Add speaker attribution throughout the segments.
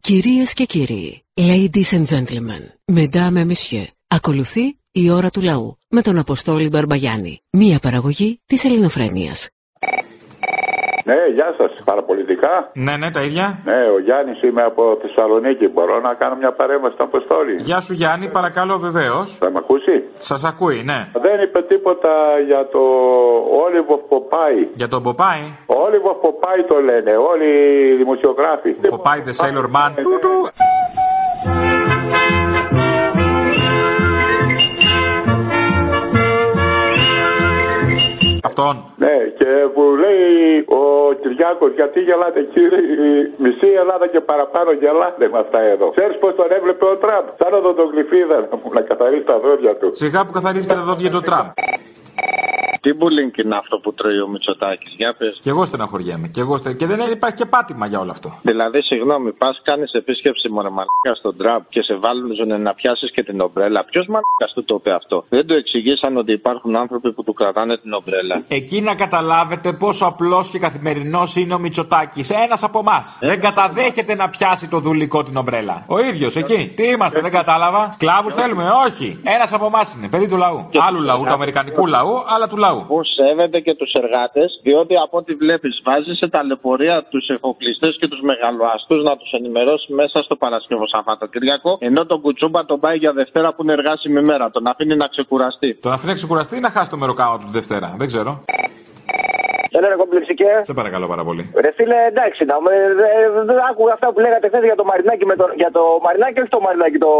Speaker 1: Κυρίες και κύριοι, ladies and gentlemen, mesdames et messieurs, ακολουθεί η ώρα του λαού με τον Αποστόλη Μπαρμπαγιάννη, μία παραγωγή της ελληνοφρένειας.
Speaker 2: Ναι, γεια σας. Παραπολιτικά.
Speaker 3: Ναι, ναι, τα ίδια.
Speaker 2: Ναι, ο Γιάννης είμαι από Θεσσαλονίκη. Μπορώ να κάνω μια παρέμβαση στον Αποστόλη.
Speaker 3: Γεια σου Γιάννη, παρακαλώ βεβαίως.
Speaker 2: Θα με ακούσει.
Speaker 3: Σας ακούει, ναι.
Speaker 2: Δεν είπε τίποτα για το Όλιβο Ποπάι.
Speaker 3: Για τον Ποπάι.
Speaker 2: Όλιβο Ποπάι το λένε όλοι οι δημοσιογράφοι.
Speaker 3: Ποπάι the Sailor Man.
Speaker 2: Ναι, ναι.
Speaker 3: Του, του. Αυτόν.
Speaker 2: Ναι, και που λέει ο Κυριάκος, γιατί γελάτε κύριε, η μισή Ελλάδα και παραπάνω γελάτε με αυτά εδώ. Ξέρεις πώς τον έβλεπε ο Τραμπ. Σαν οδοντογλυφίδα να μου να καθαρίσει τα δόντια του.
Speaker 3: Σιγά που καθαρίζει και τα δόντια του Τραμπ.
Speaker 4: Τι μπουλίνκι είναι αυτό που τρώει ο Μητσοτάκης, για πες.
Speaker 3: Κι εγώ στεναχωριέμαι. Και, εγώ στε... και δεν υπάρχει και πάτημα για όλο αυτό.
Speaker 4: Δηλαδή, συγγνώμη, πας κάνεις επίσκεψη μορεμαλίκα στον Τραμπ και σε βάλουν να πιάσεις και την ομπρέλα. Ποιος μαλίκα του το είπε αυτό. Δεν το εξηγήσαν ότι υπάρχουν άνθρωποι που του κρατάνε την ομπρέλα.
Speaker 3: Εκεί να καταλάβετε πόσο απλός και καθημερινός είναι ο Μητσοτάκης. Ένας από εμάς. Δεν καταδέχεται να πιάσει το δουλικό την ομπρέλα. Ο ίδιος εκεί. Τι είμαστε, δεν κατάλαβα. Σκλάβους θέλουμε, όχι. Ένας από εμάς είναι. Παιδί του λαού.
Speaker 4: Και-
Speaker 3: Άλλου λαού, του Αμερικανικού λαού, αλλά του λαού.
Speaker 4: Που σέβεται και τους εργάτες, διότι από ό,τι βλέπεις, βάζεις σε ταλαιπωρία τους εφοπλιστές και τους μεγαλοαστού να τους ενημερώσεις μέσα στο Παρασκευό Σαββατοκύριακο, ενώ τον Κουτσούμπα τον πάει για Δευτέρα που είναι εργάσιμη μέρα. Τον αφήνει να ξεκουραστεί.
Speaker 3: Το να αφήνει να ξεκουραστεί ή να χάσει το μεροκάμα του τη Δευτέρα. Δεν ξέρω.
Speaker 5: Έλα ρε κομπλεξικέ.
Speaker 3: Σε παρακαλώ πάρα πολύ.
Speaker 5: Ρε φίλε, εντάξει, να με, δε- δεν άκουγα αυτά που λέγατε χθες για το Μαρινάκι, με το, για το Μαρινάκι, όχι το Μαρινάκι, το,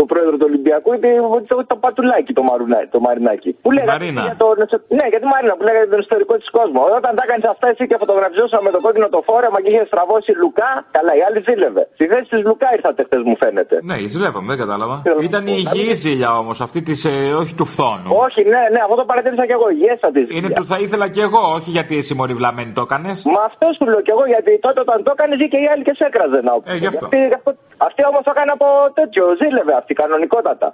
Speaker 5: το πρόεδρο του Ολυμπιακού, ή το, το, το πατουλάκι το, Μαρουνα, το Μαρινάκι. Που λέγατε
Speaker 3: Μαρίνα.
Speaker 5: Για τον, ναι, για τη Μαρίνα που λέγατε τον ιστορικό της κόσμο. Όταν τα έκανες αυτά, εσύ και φωτογραφιζόταν με το κόκκινο το φόρεμα και είχες στραβώσει Λουκά, καλά, η άλλη ζήλευε. Στη θέση της Λουκά ήρθατε χθες, μου φαίνεται.
Speaker 3: Ναι, ζηλεύαμε, δεν κατάλαβα.
Speaker 5: Θέλω να
Speaker 3: Ήταν η
Speaker 5: πω,
Speaker 3: υγιή
Speaker 5: δηλαδή-
Speaker 3: ζήλια όμως, αυτή της. όχι του φθόνου.
Speaker 5: Όχι, ναι, ναι, αυτό το παρατήρησα και εγώ. Γέστα τη.
Speaker 3: Είναι του θα ήθελα κι εγώ, όχι γιατί εσύ μορυβλαμένη το έκανες.
Speaker 5: Μα αυτό σου λέω κι εγώ, γιατί τότε όταν το έκανες και οι άλλοι και σε έκραζε να
Speaker 3: Ε, γι' αυτό.
Speaker 5: Αυτή, αυτή όμως το έκανε από τέτοιο, ζήλευε αυτή κανονικότατα.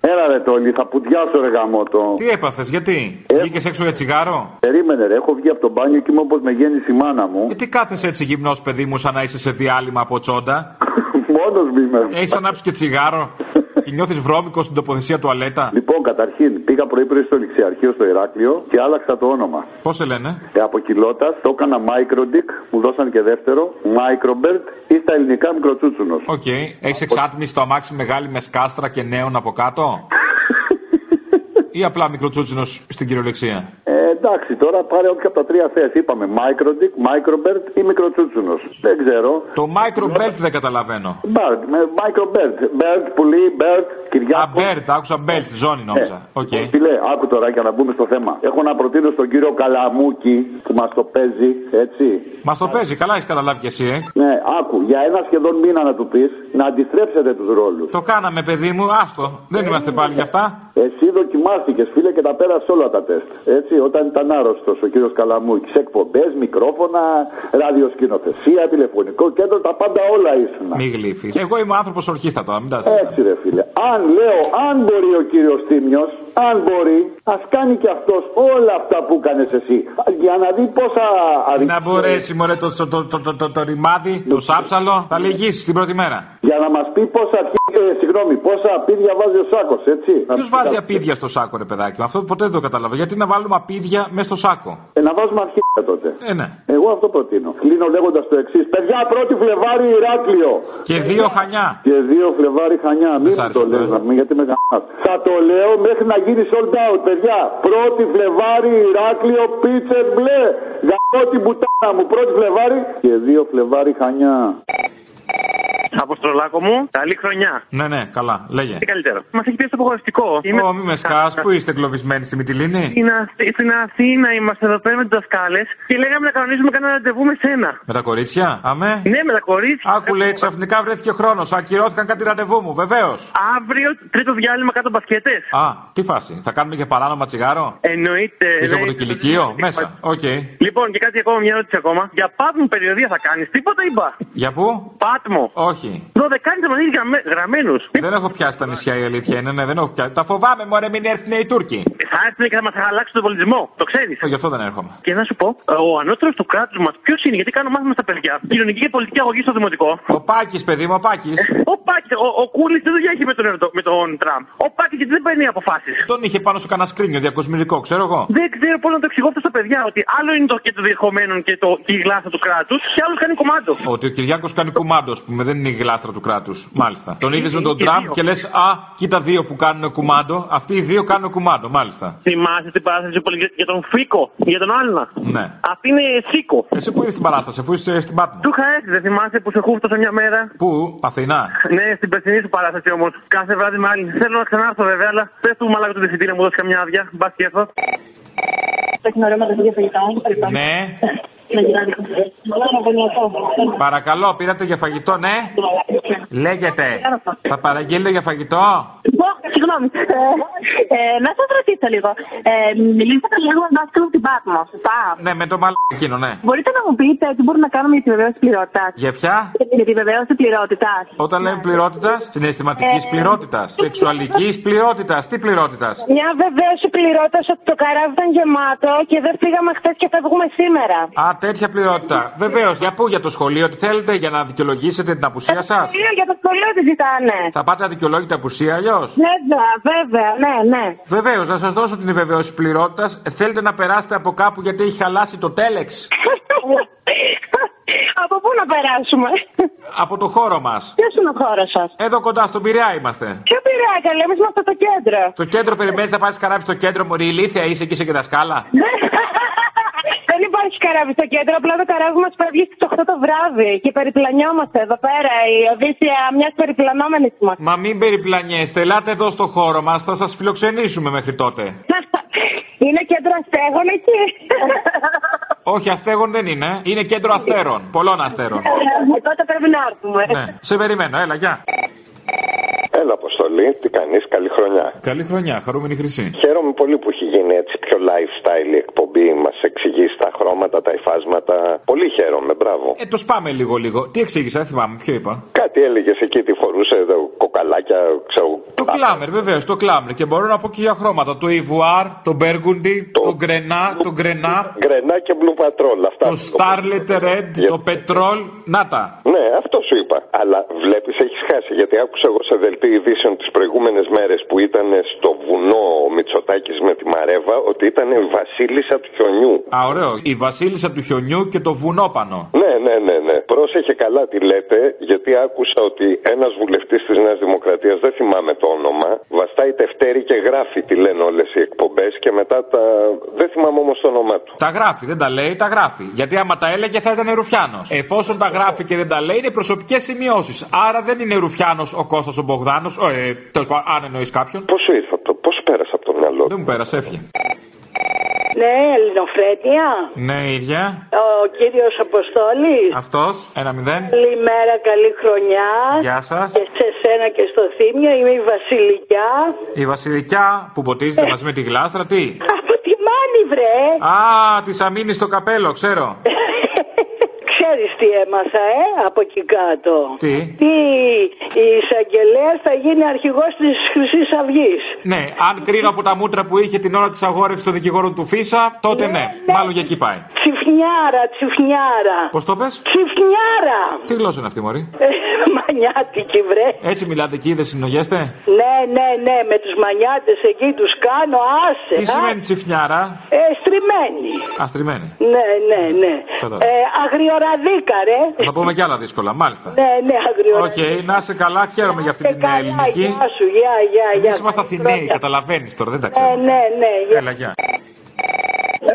Speaker 6: Έλα ρε Τόλι, θα πουδιάσω ρε γαμότο.
Speaker 3: Τι έπαθες, γιατί.
Speaker 6: Ε.
Speaker 3: Βγήκες έξω για τσιγάρο.
Speaker 6: Περίμενε ρε, έχω βγει από το μπάνιο και είμαι όπως με γέννησε η μάνα μου.
Speaker 3: Γιατί κάθεσαι έτσι γυμνός, παιδί μου, σαν να είσαι σε διάλειμμα από τσόντα.
Speaker 6: Μόνος μου είμαι.
Speaker 3: Έχει ανάψει και τσιγάρο. και νιώθεις βρώμικος στην τοποθεσία τουαλέτα.
Speaker 6: Λοιπόν, καταρχήν πήγα πρωί-πρωί στο ληξιαρχείο στο Ηράκλειο και άλλαξα το όνομα.
Speaker 3: Πώς σε λένε.
Speaker 6: Ε, από κοιλώτα το έκανα Microdick, μου δώσαν και δεύτερο. Microbird ή στα ελληνικά μικροτσούτσουνος.
Speaker 3: Οκ. Έχεις εξάτμιση το αμάξι μεγάλη με σκάστρα και νέων από κάτω. Ή απλά μικροτσούτσινο στην κυριολεξία.
Speaker 6: Ε, εντάξει, τώρα πάρε όποια από τα τρία θες. Είπαμε Microdick, Microbird ή μικροτσούτσουνος. Δεν ξέρω.
Speaker 3: Το micro belt δεν καταλαβαίνω.
Speaker 6: Bird, με- Microbird. Bird, πουλί, Bird,
Speaker 3: Α,
Speaker 6: Κυριάκο.
Speaker 3: belt, άκουσα belt, ζώνη νόμιζα. Οκ.
Speaker 6: Ε, Φίλε, άκου τώρα για να μπούμε στο θέμα. Έχω να προτείνω στον κύριο Καλαμούκη που μας το παίζει, έτσι.
Speaker 3: Μας το παίζει, καλά έχεις καταλάβει κι εσύ, ε.
Speaker 6: Ναι, άκου, για ένα σχεδόν μήνα να του πεις να αντιστρέψετε τους ρόλους.
Speaker 3: Το κάναμε, παιδί μου, άστο. Δεν είμαστε πάλι γι' αυτά.
Speaker 6: Εσύ δοκιμάστηκες, φίλε, και τα πέρασε όλα τα τεστ. Έτσι, όταν ήταν άρρωστος ο κύριος Καλαμούκης. Σε εκπομπές, μικρόφωνα, ραδιοσκηνοθεσία, τηλεφωνικό κέντρο, τα πάντα όλα ήσουν.
Speaker 3: Μη γλύφεις. Εγώ είμαι άνθρωπος ορχήστατο, τώρα, μην τα συζητάμε.
Speaker 6: Έτσι ρε φίλε. Αν λέω, αν μπορεί ο κύριος Τίμιος, αν μπορεί, ας κάνει και αυτός όλα αυτά που έκανε εσύ. Για να δει πόσα
Speaker 3: Να
Speaker 6: αδικίες-
Speaker 3: μπορέσει, μωρέ, το, το, το, το, το, το, το ρημάδι, το σάψαλο, θα λυγίσει την πρώτη μέρα.
Speaker 6: Για να μας πει πόσα, αρχι- ε, συγγνώμη, πόσα απίδια βάζει ο Σάκος, έτσι.
Speaker 3: Ποιο
Speaker 6: Να-
Speaker 3: βάζει
Speaker 6: να-
Speaker 3: απίδια στο σάκο, ρε παιδάκι μου, αυτό ποτέ δεν το κατάλαβα. Γιατί να βάλουμε απίδια μέσα στο σάκο.
Speaker 6: Ε, να βάζουμε αρχίδια τότε.
Speaker 3: Ε, ναι.
Speaker 6: Εγώ αυτό προτείνω. Κλείνω λέγοντας το εξής. Παιδιά, πρώτη Φλεβάρι Ηράκλειο.
Speaker 3: Και δύο χανιά.
Speaker 6: Και δύο Φλεβάρι Χανιά. Μην
Speaker 3: σ'
Speaker 6: μου
Speaker 3: άρεσε
Speaker 6: το
Speaker 3: αυτό,
Speaker 6: λες,
Speaker 3: ε.
Speaker 6: να μην, γιατί με γαμάς. Θα το λέω μέχρι να γίνει sold out, παιδιά. Πρώτη Φλεβάρι Ηράκλειο, πίτσε μπλε. Γαμώ την πουτάνα μου. Πρώτη Φλεβάρι και δύο Φλεβάρι Χανιά.
Speaker 7: Αποστρολάκο μου, καλή χρονιά.
Speaker 3: Ναι, ναι, καλά, λέγε.
Speaker 7: Τι καλύτερο. Μας έχει πιάσει το απογοητευτικό.
Speaker 3: Ω, μη με σκάς, πού είστε εγκλωβισμένοι στη Μυτιλίνη.
Speaker 7: Στην, Α- στην Αθήνα είμαστε εδώ πέρα με τις δασκάλες και λέγαμε να κανονίσουμε κανένα ραντεβού με σένα.
Speaker 3: Με τα κορίτσια, αμέ.
Speaker 7: Ναι, με τα κορίτσια.
Speaker 3: Άκου λέει, ξαφνικά βρέθηκε χρόνος. Ακυρώθηκαν κάτι ραντεβού μου, βεβαίως.
Speaker 7: Αύριο τρίτο διάλειμμα κάτω μπασκετέ.
Speaker 3: Α, τι φάση, θα κάνουμε και παράνομα τσιγάρο.
Speaker 7: Εννοείται.
Speaker 3: Πίσω από το
Speaker 7: εννοείται.
Speaker 3: κηλικείο,
Speaker 7: ε,
Speaker 3: μέσα. Οκ.
Speaker 7: Λοιπόν, και κάτι ακόμα, μια ερώτηση ακόμα. Για πάτμο περιοδία θα κάνεις τίποτα, είπα.
Speaker 3: Για πού?
Speaker 7: Πάτμο.
Speaker 3: Όχι.
Speaker 7: Δωδεκάνητε μαζί γραμμένους.
Speaker 3: Δεν έχω πιάσει τα νησιά, η αλήθεια είναι. Ναι, δεν έχω πιάσει. Τα φοβάμαι, μωρέ, μην έρθουν οι Τούρκοι.
Speaker 7: Θα Άρθρε και θα μας αλλάξει τον πολιτισμό. Το ξέρεις.
Speaker 3: Γι' αυτό δεν έρχομαι.
Speaker 7: Και να σου πω, ε, ο ανώτερος του κράτους μας ποιος είναι, γιατί κάνω μάθημα στα παιδιά. Κοινωνική και πολιτική αγωγή στο δημοτικό.
Speaker 3: Ο Πάκης, παιδί μου, ο Πάκης.
Speaker 7: Ο Πάκης, ο, ο Κούλης δεν δουλειά έχει με τον, ερωτο- με τον Τραμπ. Ο Πάκης γιατί δεν παίρνει αποφάσεις.
Speaker 3: Τον είχε πάνω σου κανένα σκρίνιο διακοσμητικό, ξέρω εγώ.
Speaker 7: Δεν ξέρω πώς να το εξηγώ αυτό στα παιδιά ότι άλλο είναι το και το διεχομένων και το, και η γλάστα του κράτους και άλλος κάνει κομμάτι.
Speaker 3: Ότι ο Κυριάκος κάνει κουμάντο, ας πούμε, δεν είναι η γλάστρα του κράτους. Μάλιστα. Τον είδες με τον
Speaker 7: και
Speaker 3: Τραμπ
Speaker 7: δύο.
Speaker 3: και λες, Α, κοίτα δύο που κάνουν κουμάντο. Αυτοί οι δύο κάνουν κουμάντο, μάλιστα.
Speaker 7: Θυμάσαι την παράσταση που έλεγε για τον Φίκο, για τον Άλνα.
Speaker 3: Ναι.
Speaker 7: Αυτή είναι Σίκο.
Speaker 3: Εσύ που είδες την παράσταση, αφού είσαι στην Πάτμο.
Speaker 7: Του είχα έρθει, δεν θυμάσαι που σε χούφτωσα μια μέρα.
Speaker 3: Πού, Αθηνά.
Speaker 7: Ναι, στην περσινή σου παράσταση όμως. Κάθε βράδυ με άλλη. Θέλω να ξανάρθω βέβαια, αλλά πες του μαλάκα του διευθυντή να μου δώσει καμιά άδεια. Μπας και έρθω.
Speaker 8: Έχει ωραία μαγαζί για φαγητά.
Speaker 3: Ναι.
Speaker 8: Να γυρνάει. Όλα να βγαίνει αυτό.
Speaker 3: Παρακαλώ, πήρατε για φαγητό, ναι. Λέγεται. Θα παραγγείλετε για φαγητό.
Speaker 8: Λοιπόν, συγγνώμη. Ε, ε, να σας ρωτήσω λίγο. Ε, μιλήσατε λίγο με δάσκαλο από την Πάτμο, σωστά.
Speaker 3: Ναι, με το μαλάκι εκείνο, ναι.
Speaker 8: Μπορείτε να μου πείτε τι μπορούμε να κάνουμε για τη βεβαίωση πληρότητας.
Speaker 3: Για ποια?
Speaker 8: Για τη βεβαίωση πληρότητας.
Speaker 3: Όταν λέμε πληρότητας, συναισθηματικής
Speaker 8: Ε,
Speaker 3: πληρότητας, σεξουαλικής πληρότητας, τι πληρότητας.
Speaker 9: Μια βεβαίωση πληρότητας ότι το καράβι ήταν γεμάτο και δεν φύγαμε χθες και φεύγουμε σήμερα.
Speaker 3: Α, τέτοια πληρότητα. Βεβαίως, για πού, για το σχολείο, τι θέλετε, για να δικαιολογήσετε την απουσία σας.
Speaker 9: Σχολείο, για το σχολείο τη ζητάνε.
Speaker 3: Θα πάτε αδικαιολόγητα απουσία, αλλιώς.
Speaker 9: Βέβαια, βέβαια, ναι, ναι.
Speaker 3: Βεβαίως, να σας δώσω την βεβαίωση πληρότητας. Θέλετε να περάσετε από κάπου γιατί έχει χαλάσει το τέλεξ.
Speaker 9: Από πού να περάσουμε.
Speaker 3: Από το χώρο μας.
Speaker 9: Ποιος είναι ο χώρος σας.
Speaker 3: Εδώ κοντά στον Πειραιά είμαστε.
Speaker 9: Ποιο πειρά, καλέ, εμείς είμαστε το κέντρο.
Speaker 3: Το κέντρο περιμένεις να πάρεις καράβι στο κέντρο, Μωρή ηλίθεια, είσαι και είσαι και δασκάλα.
Speaker 9: Δεν υπάρχει καράβι στο κέντρο, απλά το καράβι μας φεύγει στι 8 το βράδυ και περιπλανιόμαστε εδώ πέρα. Η Οδύσσια μιας περιπλανόμενης μας.
Speaker 3: Μα μην περιπλανιέστε, ελάτε εδώ στο χώρο μας, θα σας φιλοξενήσουμε μέχρι τότε.
Speaker 9: Είναι κέντρο αστέγων εκεί.
Speaker 3: Όχι, αστέγων δεν είναι, είναι κέντρο αστέρων, πολλών αστέρων.
Speaker 8: Ναι.
Speaker 9: Ε, Τότε πρέπει να έρθουμε.
Speaker 3: ναι, σε περιμένω, έλα, γεια.
Speaker 10: Έλα, Αποστολή, τι κάνεις, καλή χρονιά.
Speaker 3: Καλή χρονιά, χαρούμενη χρυσή.
Speaker 10: Χαίρομαι πολύ που έχει γίνει έτσι πιο lifestyle η εκπομπή. Μας εξηγεί τα χρώματα, τα υφάσματα. Πολύ χαίρομαι, μπράβο.
Speaker 3: Ε, το σπάμε λίγο λίγο. Τι εξήγησα, δεν θυμάμαι, ποιο είπα.
Speaker 10: Κάτι έλεγες εκεί, τι φορούσε εδώ, κοκαλάκια, ξέρω.
Speaker 3: Το κλάμερ, βεβαίως, το κλάμερ. Και μπορώ να πω και για χρώματα. Το Ιβουάρ, το Μπέργουντι, το Γκρενά, το Γκρενά,
Speaker 10: Γκρενά και μπλου πατρόλ, αυτά.
Speaker 3: το Starlet Red, το Πετρόλ. Να τα.
Speaker 10: Ναι, αυτό σου είπα. Αλλά βλέπεις, έχεις χάσει. Γιατί άκουσα εγώ σε δελτίο ειδήσεων τις προηγούμενες μέρες που ήταν στο βουνό ο Μητσοτάκης με τη Μαρέβα ότι ήταν βασίλισσα του χιονιού.
Speaker 3: Α, ωραίο. Η Βασίλισσα του Χιονιού και το Βουνόπανο.
Speaker 10: Ναι, ναι, ναι, ναι. Πρόσεχε καλά τι λέτε, γιατί άκουσα ότι ένας βουλευτής της Νέας Δημοκρατίας, δεν θυμάμαι το όνομα, βαστάει τευτέρι και γράφει τι λένε όλες οι εκπομπές και μετά τα. Δεν θυμάμαι όμως το όνομά του.
Speaker 3: Τα γράφει, δεν τα λέει, τα γράφει. Γιατί άμα τα έλεγε θα ήταν Ρουφιάνος. Εφόσον τα γράφει και δεν τα λέει, είναι προσωπικές σημειώσεις. Άρα δεν είναι Ρουφιάνος ο Κώστας ο Μπογδάνος. Ε, τέλος πάντων, αν εννοείς κάποιον.
Speaker 10: Πώς σου ήρθε αυτό, πώς πέρασε από το μυαλό
Speaker 3: Δεν μου πέρασε, έφυγε.
Speaker 9: Ναι, Ελληνοφρέντια.
Speaker 3: Ναι, ίδια.
Speaker 9: Ο κύριος Αποστόλης.
Speaker 3: Αυτός. Ένα μηδέν.
Speaker 9: Καλημέρα, καλή χρονιά.
Speaker 3: Γεια σας.
Speaker 9: Και σε σένα και στο Θήμιο είμαι η Βασιλικιά.
Speaker 3: Η Βασιλικιά που ποτίζεται μαζί με τη γλάστρα, τι.
Speaker 9: Από τη Μάνη, βρε.
Speaker 3: Α, της αμήνει στο καπέλο, ξέρω.
Speaker 9: Ξέρεις τι έμαθα, ε, από εκεί κάτω.
Speaker 3: Τι.
Speaker 9: Τι, η εισαγγελέα θα γίνει αρχηγός της Χρυσής Αυγής.
Speaker 3: Ναι, αν κρίνω από τα μούτρα που είχε την ώρα της αγόρευσης των δικηγόρων του Φίσα, τότε ναι, μάλλον για εκεί πάει.
Speaker 9: Τσιφνιάρα, τσιφνιάρα.
Speaker 3: Πώς το πες,
Speaker 9: Τσιφνιάρα.
Speaker 3: τι γλώσσα είναι αυτή, Μωρή.
Speaker 9: Ε, Μανιάτικη, βρε.
Speaker 3: Έτσι μιλάτε εκεί, δεν συνογέστε.
Speaker 9: Ναι, ναι, ναι, με τους μανιάτες εκεί τους κάνω, άσε.
Speaker 3: Τι
Speaker 9: α.
Speaker 3: σημαίνει τσιφνιάρα,
Speaker 9: Ε, στριμμένη.
Speaker 3: αστριμένη.
Speaker 9: Ναι, ναι, ναι.
Speaker 3: Κατάλαβα.
Speaker 9: Ε, αγριοραδίκα, ρε.
Speaker 3: Θα πούμε κι άλλα δύσκολα, μάλιστα.
Speaker 9: Ναι, ναι,
Speaker 3: Οκ,
Speaker 9: αγριοραδίκα.
Speaker 3: να είσαι καλά, χαίρομαι για αυτή
Speaker 9: Ε,
Speaker 3: την
Speaker 9: καλά,
Speaker 3: ε, ελληνική.
Speaker 9: Γεια σου, γεια, γεια, γεια.
Speaker 3: Εμεί είμαστε Αθηναίοι, καταλαβαίνεις τώρα, δεν τα
Speaker 9: Ναι,
Speaker 3: ξέρω.
Speaker 9: ναι, ναι, γεια.
Speaker 3: Έλα, γεια.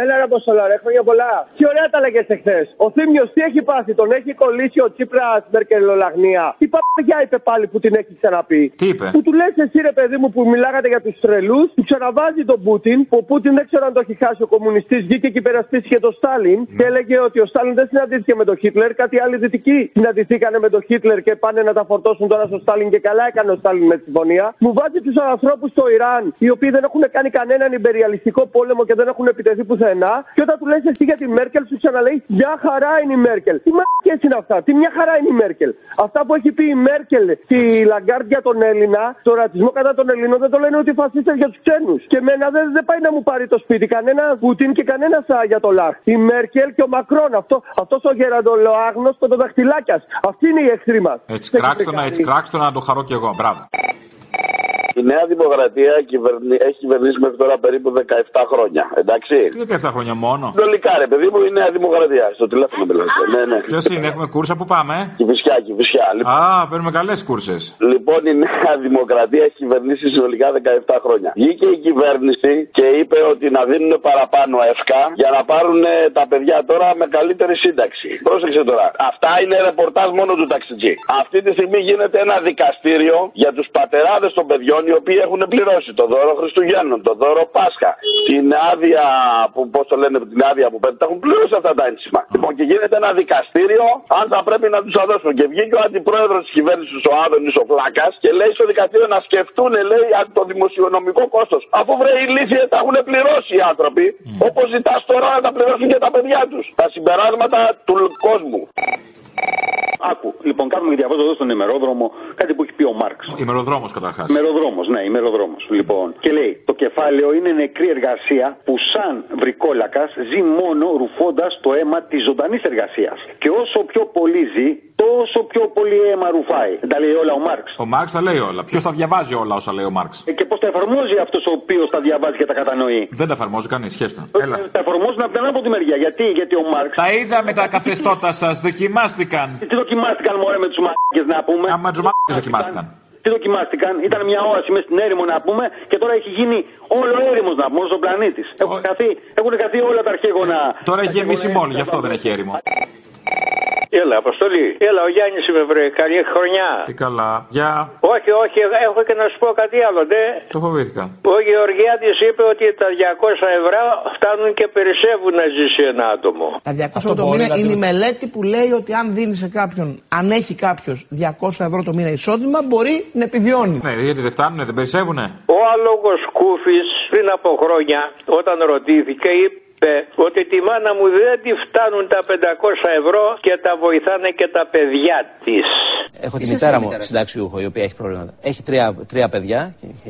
Speaker 2: Έλα ρε Αποστολά, ρε, χρόνια πολλά. Τι ωραία τα λέγες εχθές. Ο Θήμιος τι έχει πάθει, τον έχει κολλήσει ο Τσίπρας Μερκελολαγνία. Τι παπαγιά είπε πάλι που την έχει ξαναπεί.
Speaker 3: Τι είπε?
Speaker 2: Που του λες εσύ ρε παιδί μου που μιλάγατε για τους τρελούς, του ξαναβάζει τον Πούτιν, που ο Πούτιν δεν ξέρω αν το έχει χάσει ο κομμουνιστής, βγήκε και υπερασπίστηκε τον Στάλιν και έλεγε ότι ο Στάλιν δεν συναντήθηκε με τον Χίτλερ, κάτι άλλοι δυτικοί συναντηθήκανε με τον Χίτλερ και πάνε να τα φορτώσουν τώρα στο Στάλιν και καλά έκανε ο Στάλιν με τη συμφωνία. Μου βάζει τους ανθρώπους στο Ιράν, οι οποίοι δεν έχουν κάνει κανέναν υπεριαλιστικό πόλεμο και δεν έχουν επιτεθεί που πουθενά. Και όταν του λες εσύ για τη Μέρκελ, σου ξαναλέει Μια χαρά είναι η Μέρκελ. Τι μαλακίε είναι αυτά, τι μια χαρά είναι η Μέρκελ. Αυτά που έχει πει η Μέρκελ και η Λαγκάρντ για τον Έλληνα, το ρατσισμό κατά των Ελλήνων δεν το λένε ότι φασίστε για τους ξένους. Και εμένα δεν δεν πάει να μου πάρει το σπίτι κανένα Πουτίν και κανένα για το Λαχ. Η Μέρκελ και ο Μακρόν, αυτό αυτός ο γεραντολοάγνο πεντοδαχτυλάκια. Αυτή είναι η εχθρή μας.
Speaker 3: Έτσι κράξτε να, έτσι κράξτε να το χαρώ κι εγώ. Μπράβο.
Speaker 11: Η Νέα Δημοκρατία κυβερνη- έχει κυβερνήσει μέχρι τώρα περίπου 17 χρόνια. Εντάξει.
Speaker 3: Τι 17 χρόνια μόνο.
Speaker 11: Συνολικά, ρε παιδί μου, η Νέα Δημοκρατία. Στο τηλέφωνο μιλάω. Ναι, ναι.
Speaker 3: Ποιος είναι, έχουμε κούρσα που πάμε.
Speaker 11: Κυφισιά, κυφισιά.
Speaker 3: Α, παίρνουμε καλές κούρσες.
Speaker 11: Λοιπόν, η Νέα Δημοκρατία έχει κυβερνήσει συνολικά 17 χρόνια. Βγήκε η κυβέρνηση και είπε ότι να δίνουν παραπάνω εύκα για να πάρουν ε, τα παιδιά τώρα με καλύτερη σύνταξη. Πρόσεξε τώρα. Αυτά είναι ρεπορτάζ μόνο του ταξιτζή. Αυτή τη στιγμή γίνεται ένα δικαστήριο για τους πατεράδες των παιδιών οι οποίοι έχουν πληρώσει το δώρο Χριστουγέννων, το δώρο Πάσχα, την άδεια που, πώς το λένε, την άδεια που παίρνουν. Τα έχουν πληρώσει αυτά τα ένσημα. Λοιπόν, και γίνεται ένα δικαστήριο αν θα πρέπει να τους τα δώσουν. Και βγήκε ο αντιπρόεδρος της κυβέρνησης, ο Άδωνη, ο Φλάκας, και λέει στο δικαστήριο να σκεφτούν, λέει, αν το δημοσιονομικό κόστος. Αφού βρε η λύση τα έχουν πληρώσει οι άνθρωποι, όπως ζητάς τώρα να τα πληρώσουν και τα παιδιά τους. Τα συμπεράσματα του κόσμου.
Speaker 12: Άκου, λοιπόν, κάνουμε και διαβάζω εδώ στον ημερόδρομο κάτι που έχει πει ο Μάρξ.
Speaker 3: Ημεροδρόμος καταρχάς.
Speaker 12: Ημεροδρόμος, ναι, ημεροδρόμος. Λοιπόν, και λέει: Το κεφάλαιο είναι νεκρή εργασία που, σαν βρικόλακας, ζει μόνο ρουφώντας το αίμα της ζωντανής εργασίας. Και όσο πιο πολύ ζει, τόσο πιο πολύ αίμα ρουφάει. Δεν τα λέει όλα ο Μάρξ.
Speaker 3: Ο Μάρξ τα λέει όλα. Ποιος τα διαβάζει όλα όσα λέει ο Μάρξ.
Speaker 12: Ε, Και πώς τα εφαρμόζει αυτός ο οποίος τα διαβάζει και τα κατανοεί.
Speaker 3: Δεν τα εφαρμόζει κανείς, χέστα. Έλα.
Speaker 12: Τα εφαρμόζουν από την ανάποδη μεριά. Γιατί, γιατί ο Μάρξ. Ε,
Speaker 3: Τα είδαμε τα καθεστώτα σας, δοκιμάστηκαν.
Speaker 12: Τι δοκιμάστηκαν, μωρέ, με τους μάρκε να πούμε.
Speaker 3: Άμα τους μάρκε δοκιμάστηκαν.
Speaker 12: Τι δοκιμάστηκαν, ήταν μια όραση μέσα στην έρημο να πούμε και τώρα έχει γίνει όλο έρημος να πούμε, όλο ο πλανήτη. Έχουν, χαθεί, έχουν χαθεί όλα τα αρχαίγωνα.
Speaker 3: Ε, Τώρα έχει γεμίσει μόλι, γι' αυτό δεν έχει έρημο.
Speaker 13: Έλα, Αποστολή. Έλα, ο Γιάννης είμαι, βρε. Καλή χρονιά.
Speaker 3: Τι καλά. Για.
Speaker 13: Όχι, όχι, έχω και να σου πω κάτι άλλο, ναι.
Speaker 3: Το φοβήθηκα.
Speaker 13: Ο Γεωργιάδης είπε ότι τα 200 ευρώ φτάνουν και περισσεύουν να ζήσει ένα άτομο.
Speaker 14: Τα 200 ευρώ το
Speaker 13: μπορεί
Speaker 14: μήνα
Speaker 13: να
Speaker 14: είναι
Speaker 13: το-
Speaker 14: η μελέτη που λέει ότι αν δίνεις σε κάποιον, αν έχει κάποιος 200 ευρώ το μήνα εισόδημα, μπορεί να επιβιώνει.
Speaker 3: Ναι, γιατί δεν φτάνουνε, δεν περισσεύουνε.
Speaker 13: Ο άλογος Κούφης πριν από χρόνια όταν ρωτήθηκε είπε ότι τη μάνα μου δεν τη φτάνουν τα 500 ευρώ και τα βοηθάνε και τα παιδιά της.
Speaker 15: Έχω τη
Speaker 13: Είσαι
Speaker 15: μητέρα
Speaker 13: εσύ
Speaker 15: μου
Speaker 13: μητέρας.
Speaker 15: συνταξιούχο, η οποία έχει προβλήματα. Έχει τρία, τρία παιδιά,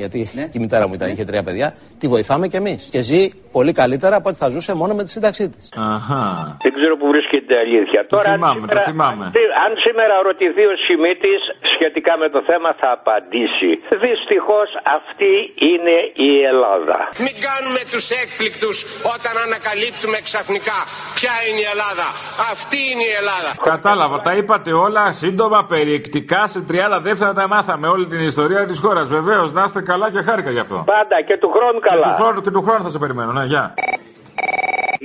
Speaker 15: γιατί και η μητέρα μου ήταν, είχε τρία παιδιά. Τη βοηθάμε κι εμείς. Και ζει πολύ καλύτερα από ό,τι θα ζούσε μόνο με τη σύνταξή της.
Speaker 3: Αχα.
Speaker 13: Δεν ξέρω που βρίσκεται η αλήθεια. Τώρα, αν
Speaker 15: θυμάμαι, το
Speaker 13: σήμερα,
Speaker 15: θυμάμαι.
Speaker 13: αν- αν σήμερα ρωτηθεί ο Σιμίτης σχετικά με το θέμα θα απαντήσει. Δυστυχώς αυτή είναι η Ελλάδα.
Speaker 16: Μην κάνουμε τους έκπληκτους όταν ανακαλύπτουμε ξαφνικά ποια είναι η Ελλάδα. Αυτή είναι η Ελλάδα.
Speaker 3: Κατάλαβα, τα είπατε όλα σύντομα, περιεκτικά. Σε 30 δεύτερα τα μάθαμε όλη την ιστορία της χώρας. Βεβαίως, να είστε καλά και χάρηκα γι' αυτό.
Speaker 13: Πάντα και του χρόνου καλά.
Speaker 3: Και του χρόνου, και του χρόνου θα σε περιμένω, ναι, γεια.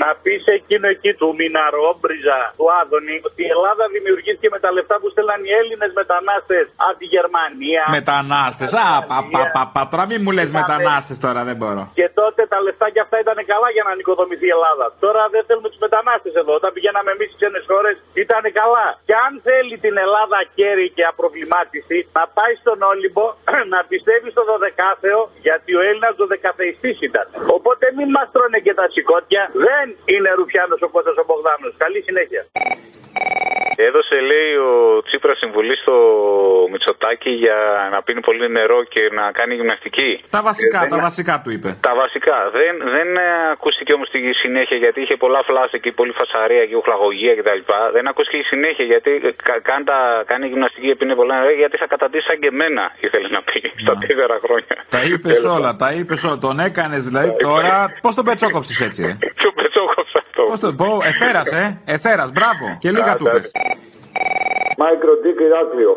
Speaker 17: Να πεις εκείνο εκεί του Μιναρόμπριζα, του Άδωνη, ότι η Ελλάδα δημιουργήθηκε με τα λεφτά που στέλναν οι Έλληνες μετανάστες από τη Γερμανία.
Speaker 3: Μετανάστες. Α, πα, πα, πα, πατρά, μη μου λες μετανάστες τώρα, δεν μπορώ.
Speaker 17: Και τότε τα λεφτά και αυτά ήταν καλά για να νοικοδομηθεί η Ελλάδα. Τώρα δεν θέλουμε τους μετανάστες εδώ. Όταν πηγαίναμε εμείς στις ξένες χώρες ήταν καλά. Και αν θέλει την Ελλάδα κέρι και απροβλημάτιση, να πάει στον Όλυμπο να πιστεύει στο δωδεκάθεο, γιατί ο Έλληνας δωδεκαθεϊστής ήταν. Οπότε μην μας τρώνε και τα σηκώτια. Δεν είναι ρουφιάνος ο Κώστας ο Μπογδάνος. Καλή συνέχεια.
Speaker 18: Έδωσε, λέει, ο Τσίπρας συμβουλή στο Μητσοτάκι για να πίνει πολύ νερό και να κάνει γυμναστική.
Speaker 3: Τα βασικά,
Speaker 18: Ε,
Speaker 3: τα
Speaker 18: δεν-
Speaker 3: βασικά του είπε.
Speaker 18: Τα βασικά. Δεν, δεν ε, ακούστηκε όμως στη συνέχεια γιατί είχε πολλά φλάσια και πολύ φασαρία και ουχλαγωγία κτλ. Δεν ακούστηκε η συνέχεια γιατί ε, κα, κάν τα- κάνει γυμναστική πίνει πολλά νερό γιατί θα καταντήσει σαν και εμένα, ήθελε να πει στα τέσσερα χρόνια.
Speaker 3: Τα είπες όλα, τα είπες όλα. Τον έκανες δηλαδή τώρα. Πώς τον πετσόκοψες έτσι, ρε.
Speaker 18: Του πετσόκοψα αυτό.
Speaker 3: Πώ τον πω, εφέρασε, ε, εφέρα, μπράβο. Και λίγα του πες.
Speaker 6: Μάικρο Ντίκ Ηράκλειο.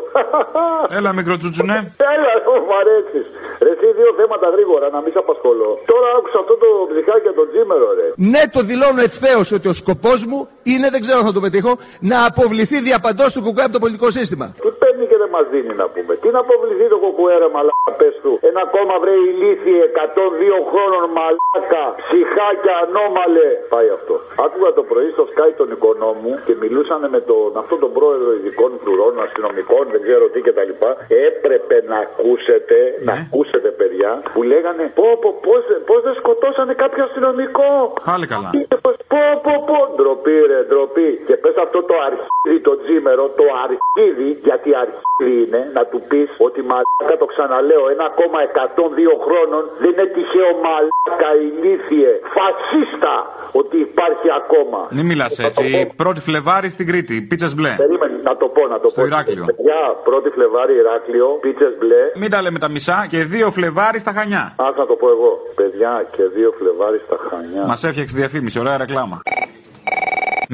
Speaker 3: Έλα, μικρό τσουτσουνέ.
Speaker 6: Έλα, εδώ μου αρέσει. Ρε, εσύ δύο θέματα γρήγορα, να μην σε απασχολώ. Τώρα άκουσα αυτό το ψυχάκι για τον Τζίμερο, ρε.
Speaker 19: Ναι, το δηλώνω ευθέως ότι ο σκοπός μου είναι, δεν ξέρω αν θα το πετύχω, να αποβληθεί διαπαντός του κουκουέ από το πολιτικό σύστημα.
Speaker 6: Τι Ε, παίρνει και δεν μ' μας δίνει να πούμε. Τι να αποβληθεί το κουκουέρε, μαλάκα, πες του. Ένα κόμμα βρε ηλίθιε, 102 χρόνων μαλάκα, ψυχάκια, ανώμαλε. Πάει αυτό. Άκουγα το πρωί στο Sky τον οικονόμου και μιλούσαν με τον, αυτόν τον πρόεδρο ειδικών πλουρών, αστυνομικών, δεν ξέρω τι κτλ. Έπρεπε να ακούσετε, να ακούσετε παιδιά, που λέγανε πω, πω πώς, πώς δεν σκοτώσανε κάποιο αστυνομικό.
Speaker 3: Πάλι καλά.
Speaker 6: Πω, πω, πω, ντροπή ρε, ντροπή. Και πες αυτό το αρχίδι, το τζίμερο, το αρχίδι, γιατί αρχίδι είναι, να του πεις ότι μαλάκα το ξαναλέω, ένα ακόμα 102 χρόνων δεν είναι τυχαίο μαλάκα ηλίθιε, φασίστα, ότι υπάρχει ακόμα.
Speaker 3: Μην μιλάς έτσι. Πρώτη Φλεβάρη στην Κρήτη. Πίτσες μπλε.
Speaker 6: Περίμενε, να το πω, να το
Speaker 3: Στο
Speaker 6: πω. Ε,
Speaker 3: Ηράκλειο.
Speaker 6: Παιδιά, πρώτη Φλεβάρι Ηράκλειο, πίτσες μπλε.
Speaker 3: Μην τα λέμε τα μισά και δύο Φλεβάρη στα Χανιά.
Speaker 6: Α, να το πω εγώ. Παιδιά και δύο Φλεβάρι στα Χανιά.
Speaker 3: Μας έφτιαξε διαφήμιση, ωραία ρεκλάμα.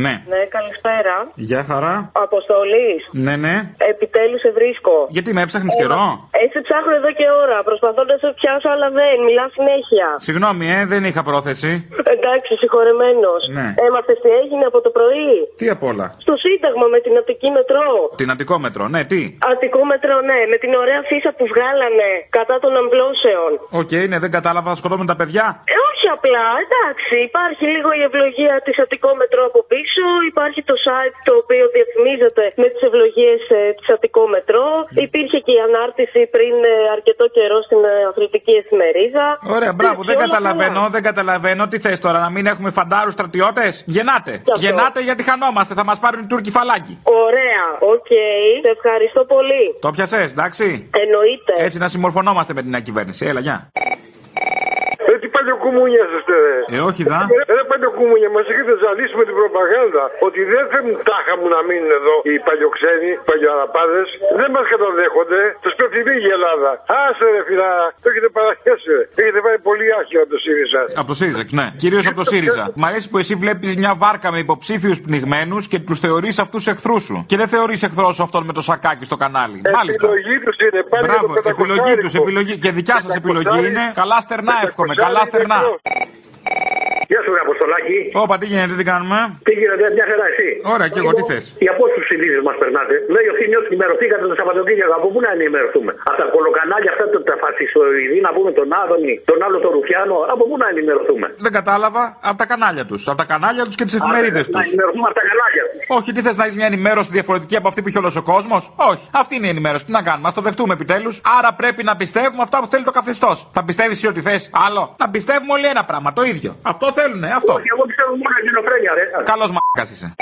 Speaker 3: Ναι.
Speaker 20: Ναι, καλησπέρα.
Speaker 3: Γεια χαρά.
Speaker 20: Αποστολής.
Speaker 3: Ναι, ναι.
Speaker 20: Επιτέλους σε βρίσκω.
Speaker 3: Γιατί με έψαχνες καιρό.
Speaker 20: Έτσι ψάχνω εδώ και ώρα. Προσπαθώ να σε πιάσω, αλλά δεν. Μιλά συνέχεια.
Speaker 3: Συγγνώμη, ε, δεν είχα πρόθεση.
Speaker 20: Εντάξει, συγχωρεμένος.
Speaker 3: Ναι.
Speaker 20: Έμαθες τι έγινε από το πρωί.
Speaker 3: Τι απ' όλα.
Speaker 20: Στο Σύνταγμα με την Αττική Μετρό.
Speaker 3: Την Αττικό μέτρο, ναι, τι.
Speaker 20: Αττικό Μετρό, ναι, με την ωραία φύσα που βγάλανε κατά των αμβλώσεων.
Speaker 3: Οκ, ναι, δεν κατάλαβα, θα σκοτώμε τα παιδιά.
Speaker 20: Ε, όχι απλά, εντάξει, υπάρχει λίγο η ευλογία της Αττικό Μετρό από πίσω, υπάρχει το site το οποίο διαφημίζεται με τις ευλογίες ε, της Αττικό Μετρό,
Speaker 3: Ναι.
Speaker 20: υπήρχε και η ανάρτηση πριν ε, αρκετό καιρό στην ε, αθλητική εφημερίδα.
Speaker 12: Ε,
Speaker 3: Ωραία, μπράβο,
Speaker 20: Εντάξει,
Speaker 3: δεν
Speaker 20: όλα
Speaker 3: καταλαβαίνω,
Speaker 20: καλά.
Speaker 3: δεν καταλαβαίνω. Τι θες τώρα, να μην έχουμε φαντάρους στρατιώτες. Γεννάτε.
Speaker 20: αυτό.
Speaker 3: Γεννάτε γιατί χανόμαστε, θα μας πάρουν οι Τούρκοι φαλάκι.
Speaker 20: Ωραία, οκ, σε ευχαριστώ πολύ.
Speaker 3: Το πιασέ, εντάξει.
Speaker 20: Εννοείται.
Speaker 12: Ναι.
Speaker 3: Έτσι να συμμορφωνόμαστε με την νέα κυβέρνηση. Έλα, γεια.
Speaker 21: Ε, τι παλιοκουμούνια είστε, ρε.
Speaker 3: Ε, όχι, δα.
Speaker 21: Ε, ρε παλιοκουμούνια, μας έχετε ζαλίσει με την προπαγάνδα. Ότι δεν θέλουν τάχα μου να μείνουν εδώ οι παλιοξένοι, οι παλιοαραπάδες. Δεν μας καταδέχονται. Τους πρέπει λίγη η Ελλάδα. Άσε, ρε φιλάρα. Το έχετε παραχέσει, ρε. Έχετε πάει πολύ άχυρο από το ΣΥΡΙΖΑ.
Speaker 3: Από το ΣΥΡΙΖΑ, ναι. Κυρίως από το ΣΥΡΙΖΑ. Μ' αρέσει που εσύ βλέπεις μια βάρκα με υποψήφιους πνιγμένους και τους θεωρείς αυτούς εχθρούς σου. Και δεν θεωρείς εχθρός σου αυτόν με το σακάκι στο
Speaker 12: Ε,
Speaker 3: κανάλι. Ε, Μάλιστα.
Speaker 21: Επιλογή τους είναι πάλι για το
Speaker 3: Μπράβο, επιλογή τους,
Speaker 21: πεντακοσάρικο.
Speaker 3: επιλογή. Και δικιά σας επιλογή
Speaker 21: Πεντακοσάρι-
Speaker 3: είναι. Καλά στερνά, εύχομαι. Καλά στερνά.
Speaker 12: Γεια σου, ρε Αποστολάκη.
Speaker 3: Όπα, τι γίνεται, τι κάνουμε.
Speaker 12: Τι γίνεται, μια χαρά εσύ. Λοιπόν,
Speaker 3: Ωραία, και εγώ τι θες.
Speaker 12: Οι απόσπου συλλήψει μας περνάτε. Λέει ο Θήμιος, ενημερωθήκατε το Σαββατοκύριακο. Από πού να ενημερωθούμε. Από τα κολοκανάλια αυτά τα- τα φασιστοειδή να πούμε τον Άδωνη, τον άλλο τον Ρουφιάνο. Από πού να ενημερωθούμε.
Speaker 3: Δεν κατάλαβα από τα κανάλια τους. Από τα κανάλια τους και
Speaker 12: ναι,
Speaker 3: τι εφημερίδε του.
Speaker 12: Να ενημερωθούμε από ναι, τα κανάλια.
Speaker 3: Όχι, τι θες να έχει μια ενημέρωση διαφορετική από αυτή που έχει όλος ο κόσμος. Όχι, αυτή είναι η ενημέρωση. Τι να κάνουμε, ας το δεχτούμε επιτέλους. Άρα πρέπει να πιστεύουμε αυτά που θέλει το καθεστώς. Θα πιστεύεις εσύ ότι θες άλλο. Να πιστεύουμε όλοι ένα πράγμα, το ίδιο. Αυτό θέλουνε, αυτό.
Speaker 12: Όχι, εγώ πιστεύω μόνο ελληνοφρένεια, ρε.
Speaker 3: Καλός μακα είσαι.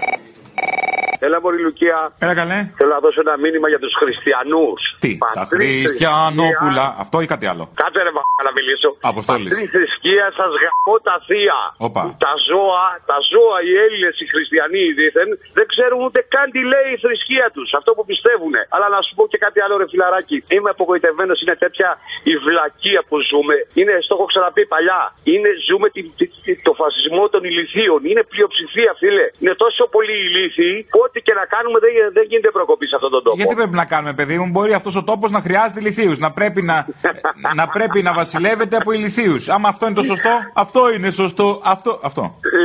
Speaker 12: Έλα, Μωρή Λουκία.
Speaker 3: Έλα, καλέ.
Speaker 12: Θέλω να δώσω ένα μήνυμα για τους χριστιανούς.
Speaker 3: Τι, τα Χριστιανόπουλα. Αυτό ή κάτι άλλο.
Speaker 12: Κάτσε ρε μαλάκα, να μιλήσω.
Speaker 3: Αποστόλης.
Speaker 12: Πατρί θρησκεία σας γαμώ τα θεία.
Speaker 3: Όπα.
Speaker 12: Τα ζώα, τα ζώα, οι Έλληνες, οι χριστιανοί, οι δίθεν, δεν ξέρουν ούτε καν τι λέει η θρησκεία τους. Αυτό που πιστεύουν. Αλλά να σου πω και κάτι άλλο, ρε φιλαράκι. Είμαι απογοητευμένος, είναι τέτοια η βλακεία που ζούμε. Είναι, στο έχω ξαναπεί παλιά. Είναι, ζούμε την, τη- τη- το φασισμό των ηλικίων. Είναι πλειοψηφία, φίλε. Είναι τόσο πολύ ηλίθιοι που ό,τι και να κάνουμε δεν, δεν γίνεται προκοπή σε αυτόν τον τόπο.
Speaker 3: Γιατί πρέπει να κάνουμε, παιδί μου, μπορεί αυτός ο τόπος να χρειάζεται ηλικίου. Να, πρέπει να, να πρέπει να βασιλεύεται από ηλικίου. Άμα αυτό είναι το σωστό, αυτό είναι σωστό. Αυτό. αυτό.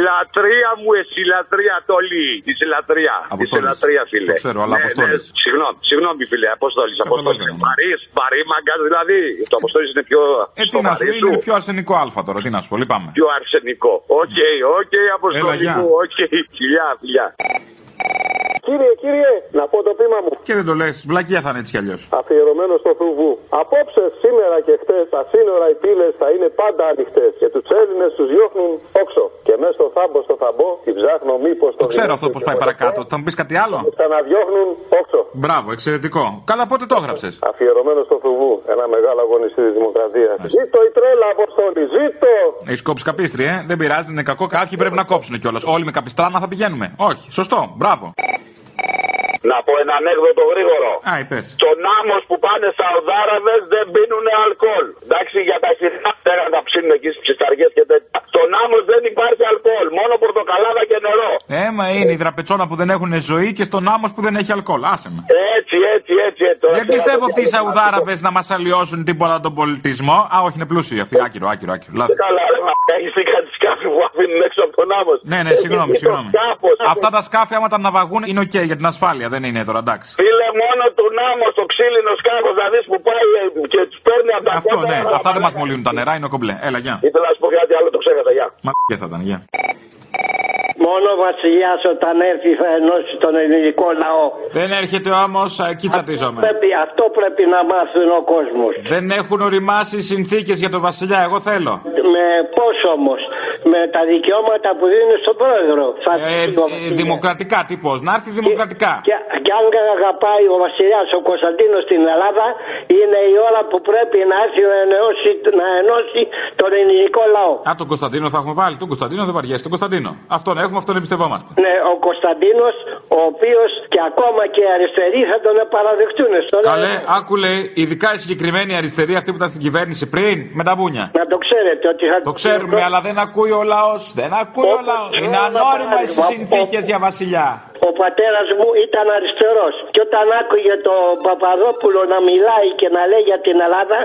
Speaker 12: Λατρεία μου, εσύ λατρεία, Τόλι. Είσαι λατρεία. Είσαι
Speaker 3: Αποστόλης.
Speaker 12: λατρεία, φίλε. Ναι,
Speaker 3: Το ξέρω, αλλά Αποστόλης.
Speaker 12: Συγγνώμη, συγγνώμη, φίλε. Αποστόλης. Αποστόλη. Βαρύς, βαρύ μαγκάς, δηλαδή. Το Αποστόλης είναι πιο.
Speaker 3: Ε, τι
Speaker 12: στο
Speaker 3: να σου,
Speaker 12: βαρύ
Speaker 3: είναι πιο αρσενικό α τώρα, τι να σου πω, λυπάμαι.
Speaker 12: Πιο αρσενικό. Οκ, οκ,
Speaker 3: Έλα,
Speaker 12: Αποστόλη
Speaker 3: γεια.
Speaker 12: μου, οκ. Φιλιά, φιλιά.
Speaker 11: Κύριε, κύριε, να πω το πείμα μου.
Speaker 3: Και δεν το λες, βλακία θα είναι έτσι κι αλλιώς.
Speaker 11: Αφιερωμένο στο Θουβού. Απόψε, σήμερα και χτε, τα σύνορα οι πύλες θα είναι πάντα ανοιχτές και τους Έλληνες τους διώχνουν όξο. Και μέσα στο θάμπο, στο θαμπό, την ψάχνω μήπως το.
Speaker 3: Το ξέρω αυτό πώ πάει παρακάτω. Θα μου πεις κάτι άλλο.
Speaker 11: Ξαναδιώχνουν όξο.
Speaker 3: Μπράβο, εξαιρετικό. Καλά, πότε το έγραψες.
Speaker 11: Αφιερωμένο στο Θουβού, ένα μεγάλο αγωνιστή της Δημοκρατίας. Ζήτω η τρέλα, Αποστόλη, ζήτω!
Speaker 3: Έχεις κόψει καπίστρι, ε. Δεν πειράζει, δεν είναι κακό. Κάποιοι πρέπει να κόψουν κιόλας. Όλοι με καπιστράνα θα πηγαίνουμε. Όχι, σωστό, μπράβο.
Speaker 12: Να πω ένα ανέκδοτο γρήγορο.
Speaker 3: Α, είπε.
Speaker 12: Στον άμμο που πάνε Σαουδάραβε δεν πίνουν αλκοόλ. Εντάξει, για τα χειρά πέρα να ψήνουν εκεί στις ψυσταριές και τέτοια. Στον άμμος δεν υπάρχει αλκοόλ, μόνο πορτοκαλί.
Speaker 11: πορτοκαλάδα και νερό.
Speaker 3: Έμα είναι η δραπετσόνα που δεν έχουν ζωή και στον άμμος που δεν έχει αλκοόλ. Άσε με.
Speaker 11: Έτσι, έτσι, έτσι. ε, τώρα
Speaker 3: Δεν
Speaker 11: θέλω να
Speaker 3: πιστεύω
Speaker 11: το
Speaker 3: αυτοί οι
Speaker 11: κάνω.
Speaker 3: Σαουδάραβες να μας αλλοιώσουν τίποτα τον πολιτισμό. Α, όχι, είναι πλούσιοι αυτοί. Άκυρο, άκυρο, άκυρο. Λάθος.
Speaker 11: Καλά, ρε μαλάκα, έχεις δει κάτι σκάφη που αφήνουν έξω από τον άμμος. Λοιπόν,
Speaker 3: Ναι, ναι, συγγνώμη,
Speaker 11: Έχεις δει το
Speaker 3: συγγνώμη.
Speaker 11: σκάφος.
Speaker 3: Αυτά τα σκάφη, άμα τα ναυαγούν, είναι οκ για την ασφάλεια, δεν είναι τώρα, εντάξει.
Speaker 11: Φίλε, μόνο του νάμο στο ξύλινο σκάφος να δεις που πάει ε, και τους παίρνει από τα
Speaker 3: Αυτό,
Speaker 11: κότα.
Speaker 3: ναι, αυτά δεν μας μολύνουν τα νερά, είναι κομπλέ. Έλα, γεια.
Speaker 11: Ήθελα να σου πω κάτι άλλο, το ξέχασα, γεια.
Speaker 3: Μα και θα ήταν, γεια.
Speaker 1: Μόνο ο βασιλιάς όταν έρθει θα ενώσει τον ελληνικό λαό.
Speaker 3: Δεν έρχεται όμω, εκεί τσατίζομαι.
Speaker 1: Πρέπει, αυτό πρέπει να μάθουν ο κόσμος.
Speaker 3: Δεν έχουν οριμάσει οι συνθήκες για τον Βασιλιά, εγώ θέλω.
Speaker 1: Με πώς όμως, με τα δικαιώματα που δίνουν στον πρόεδρο. Θα
Speaker 3: Ε, δημοκρατικά, τύπο. Να έρθει δημοκρατικά.
Speaker 1: Και, και αν αγαπάει ο βασιλιάς ο Κωνσταντίνος στην Ελλάδα, είναι η ώρα που πρέπει να έρθει να ενώσει, να ενώσει τον ελληνικό λαό.
Speaker 3: Α, τον Κωνσταντίνο θα έχουμε βάλει. Τον Κωνσταντίνο δεν βαριέσαι. Τον Κωνσταντίνο. Αυτόν έχουμε, αυτόν εμπιστευόμαστε.
Speaker 1: Ναι, ο Κωνσταντίνος, ο οποίος και ακόμα και οι αριστεροί θα τον παραδεχτούν. Στον
Speaker 3: Καλέ, άκου λέει, ειδικά η συγκεκριμένη αριστερή, αυτή που ήταν στην κυβέρνηση πριν, με τα μπούνια.
Speaker 1: Να το ξέρετε ότι θα
Speaker 3: Το ξέρουμε, αλλά δεν ακούει ο λαός. Δεν ακούει ο λαό. Είναι ανώριμα οι συνθήκες για βασιλιά.
Speaker 1: Ο πατέρας μου ήταν αριστερός. Και όταν άκουγε τον Παπαδόπουλο να μιλάει και να λέει για την Ελλάδα,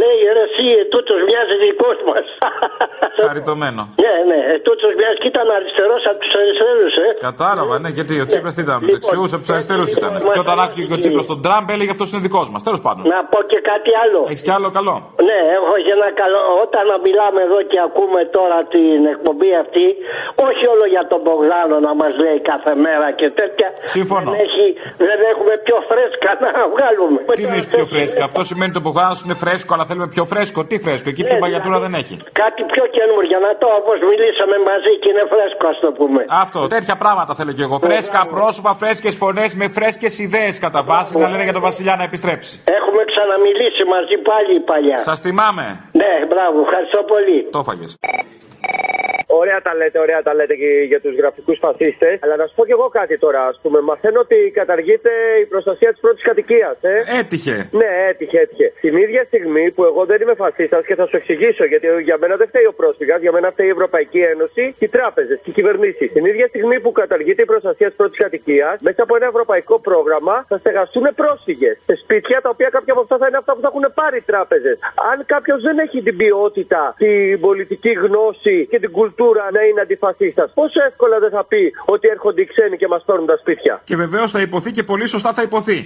Speaker 1: λέει ρε, εσύ τούτος μοιάζει δικός μας.
Speaker 3: Χαριτωμένο.
Speaker 1: ναι, ναι, τούτος μοιάζει και ήταν αριστερός από τους αριστερούς, ε.
Speaker 3: Κατάλαβα, ναι, γιατί ο Τσίπρας τι ήταν, από τους δεξιούς, από τους αριστερούς ήταν. Και όταν άκουγε και ο Τσίπρας τον Τραμπ, έλεγε αυτός είναι δικός μας. Τέλος πάντων.
Speaker 1: Να πω και κάτι άλλο.
Speaker 3: Έχεις κι άλλο καλό.
Speaker 1: Ναι, έχω και ένα καλό. Όταν μιλάμε εδώ και ακούμε τώρα την εκπομπή αυτή, όχι όλο για τον Μπογδάνο να μας λέει κάθε μέρα και τέτοια.
Speaker 3: Συμφωνώ.
Speaker 1: Δεν, έχει, δεν έχουμε πιο φρέσκα να βγάλουμε.
Speaker 3: Τι είναι πιο φρέσκα. Αυτό σημαίνει ότι το Μπογδάνο είναι φρέσκο, αλλά θέλουμε πιο φρέσκο. Τι φρέσκο, εκεί
Speaker 1: Ναι,
Speaker 3: την παγιατούρα δεν έχει.
Speaker 1: Κάτι πιο καινούργιο, να το όπως μιλήσαμε μαζί και είναι φρέσκο, ας το πούμε.
Speaker 3: Αυτό, τέτοια πράγματα θέλω κι εγώ. Φρέσκα πρόσωπα, φρέσκες φωνές με φρέσκες ιδέες κατά βάση να λένε για τον Βασιλιά να επιστρέψει.
Speaker 1: Έχουμε ξαναμιλήσει μαζί πάλι παλιά.
Speaker 3: Σας θυμάμαι.
Speaker 1: Ναι, μπράβο, ευχαριστώ πολύ.
Speaker 3: Το έφαγες.
Speaker 2: Ωραία τα λέτε, ωραία τα λέτε και για τους γραφικούς φασίστες. Αλλά να σου πω κι εγώ κάτι τώρα. Ας πούμε, μαθαίνω ότι καταργείται η προστασία της πρώτης κατοικίας. Ε.
Speaker 3: Έτυχε.
Speaker 2: Ναι, έτυχε, έτυχε. Την ίδια στιγμή που εγώ δεν είμαι φασίστας και θα σου εξηγήσω, γιατί για μένα δεν φταίει ο πρόσφυγας, για μένα φταίει η Ευρωπαϊκή Ένωση, και οι τράπεζες και οι κυβερνήσεις. Την ίδια στιγμή που καταργείται η προστασία της πρώτης κατοικίας, μέσα από ένα ευρωπαϊκό πρόγραμμα θα στεγαστούν πρόσφυγες σε σπίτια τα οποία κάποια από αυτά θα είναι αυτά που θα έχουν πάρει οι τράπεζες. Αν κάποιος δεν έχει την ποιότητα, την πολιτική γνώση και την κουλτούρα να είναι αντιφασίστας, πόσο εύκολα δεν θα πει ότι έρχονται οι ξένοι και μας παίρνουν τα σπίτια.
Speaker 3: Και βεβαίως θα υποθεί και πολύ σωστά θα υποθεί.